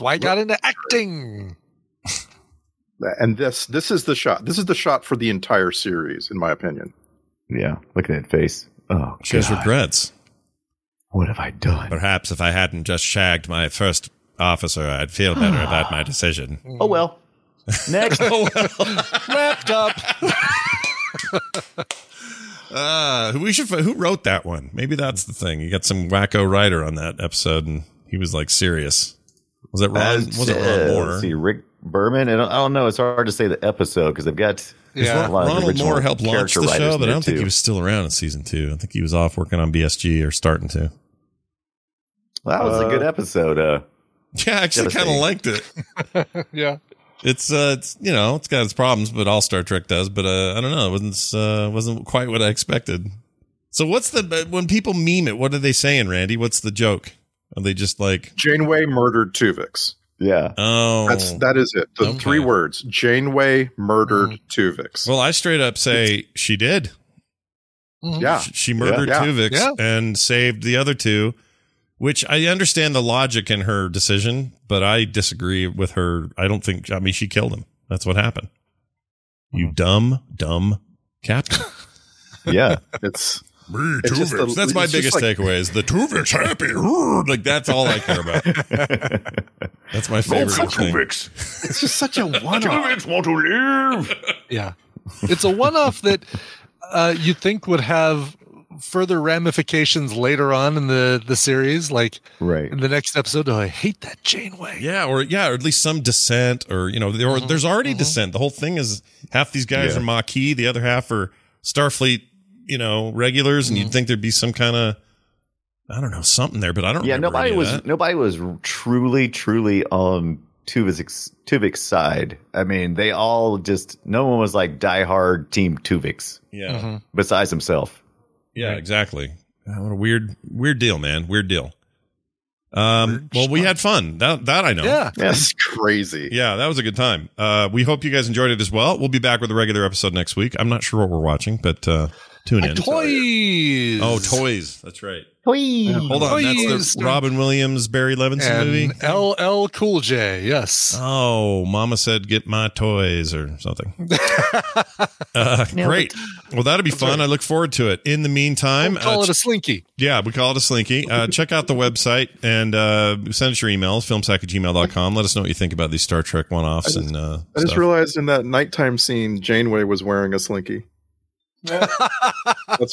Speaker 4: why I got into acting.
Speaker 5: And this this is the shot. This is the shot for the entire series, in my opinion.
Speaker 3: Yeah. Look at that face. Oh,
Speaker 2: She has
Speaker 3: God.
Speaker 2: regrets.
Speaker 3: What have I done?
Speaker 2: Perhaps if I hadn't just shagged my first officer, I'd feel better about my decision.
Speaker 3: Oh, well. Next.
Speaker 2: Oh, well.
Speaker 4: Wrapped up.
Speaker 2: Uh, who- we should. fi- Who wrote that one? Maybe that's the thing. You got some wacko writer on that episode, and he was like serious. Was it Ron?
Speaker 3: As,
Speaker 2: Was it
Speaker 3: uh,
Speaker 2: Ron Moore?
Speaker 3: let's see, Rick Berman, and I don't know. It's hard to say the episode because they've got
Speaker 4: Yeah.
Speaker 3: a lot of
Speaker 2: Ronald
Speaker 3: original
Speaker 2: Moore helped launch
Speaker 3: character
Speaker 2: the
Speaker 3: writers
Speaker 2: show,
Speaker 3: in
Speaker 2: but I
Speaker 3: there,
Speaker 2: don't think
Speaker 3: too.
Speaker 2: he was still around in season two. I think he was off working on BSG or starting to.
Speaker 3: That was a
Speaker 5: Uh,
Speaker 3: good episode. Uh,
Speaker 2: Yeah, I actually kind of
Speaker 3: Devastating.
Speaker 2: liked it.
Speaker 4: Yeah.
Speaker 2: It's uh, it's you know, it's got its problems, but all Star Trek does. But uh, I don't know, it wasn't uh, wasn't quite what I expected. So what's the but when people meme it? What are they saying, Randy? What's the joke? Are they just like
Speaker 5: Janeway murdered Tuvix.
Speaker 3: yeah,
Speaker 2: oh?
Speaker 5: That's that is it. The
Speaker 2: Okay. Mm.
Speaker 5: three words. Janeway murdered Tuvix.
Speaker 2: Well, I straight up say she did.
Speaker 4: Mhm.
Speaker 5: yeah.
Speaker 2: Sh- She murdered
Speaker 5: Yeah.
Speaker 2: Tuvix
Speaker 4: Yeah.
Speaker 2: and saved the other two, which I understand the logic in her decision, but I disagree with her. I don't think, I mean, she killed him. That's what happened.
Speaker 5: Hmm.
Speaker 2: You dumb, dumb captain.
Speaker 3: yeah.
Speaker 5: It's
Speaker 6: Me,
Speaker 5: It's just
Speaker 6: Tuvix.
Speaker 5: a-
Speaker 2: That's my
Speaker 5: It's
Speaker 2: biggest
Speaker 5: just like-
Speaker 2: takeaway is the Tuvix happy. Like, that's all I care about. That's my
Speaker 6: Go
Speaker 2: favorite
Speaker 6: for
Speaker 2: thing.
Speaker 6: Tuvix.
Speaker 5: it's just such a one
Speaker 6: Tuvix want to live.
Speaker 4: Yeah. It's a one off that uh, you'd think would have further ramifications later on in the the series, like
Speaker 3: Right.
Speaker 4: in the next episode. Oh, I hate that Janeway.
Speaker 2: Yeah, or yeah, or at least some dissent, or you know, there, or there's already dissent. The whole thing is half these guys
Speaker 5: Mm-hmm. Yeah.
Speaker 2: are Maquis, the other half are Starfleet, you know, regulars, and
Speaker 5: Mm-hmm.
Speaker 2: you'd think there'd be some kind of, I don't know, something there, but I don't.
Speaker 3: Yeah,
Speaker 2: remember
Speaker 3: nobody
Speaker 2: any of
Speaker 3: was
Speaker 2: that.
Speaker 3: nobody was truly, truly on Tuvik's Tuvik's side. I mean, they all just no one was like diehard team Tuvik's
Speaker 2: Yeah,
Speaker 5: mm-hmm.
Speaker 3: besides himself.
Speaker 2: yeah, exactly. God, what a weird, weird deal, man. Weird deal. Um. well, we had fun. That that I know.
Speaker 4: Yeah.
Speaker 5: That's crazy.
Speaker 2: Yeah, that was a good time. Uh, we hope you guys enjoyed it as well. We'll be back with a regular episode next week. I'm not sure what we're watching, but uh, tune in.
Speaker 4: Toys.
Speaker 2: Oh, toys. That's right. Hold on. That's
Speaker 4: Toys.
Speaker 2: the Robin Williams, Barry Levinson movie.
Speaker 4: and LL Cool J. Yes.
Speaker 2: Oh, Mama said, "Get my toys" or something. uh, great. Well, that'll be fun. I look forward to it. In the meantime,
Speaker 4: Don't call
Speaker 2: uh,
Speaker 4: it a slinky.
Speaker 2: yeah, we call it a slinky. Uh, check out the website and uh, send us your emails, filmsack at gmail.com. Let us know what you think about these Star Trek one offs. and uh,
Speaker 5: I just
Speaker 2: stuff.
Speaker 5: realized in that nighttime scene, Janeway was wearing a slinky. that's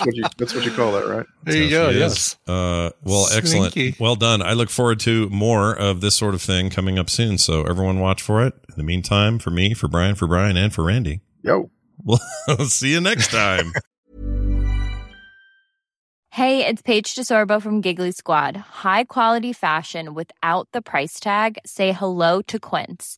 Speaker 5: what you. That's what you call that, right?
Speaker 4: There you
Speaker 2: Yes,
Speaker 4: go.
Speaker 2: it is.
Speaker 4: Yes.
Speaker 2: Uh, well, excellent.
Speaker 4: Slinky.
Speaker 2: Well done. I look forward to more of this sort of thing coming up soon. So everyone watch for it. In the meantime, for me, for Brian, for Brian, and for Randy,
Speaker 5: Yo.
Speaker 2: we'll see you next time.
Speaker 7: Hey, it's Paige DeSorbo from Giggly Squad. High quality fashion without the price tag. Say hello to Quince.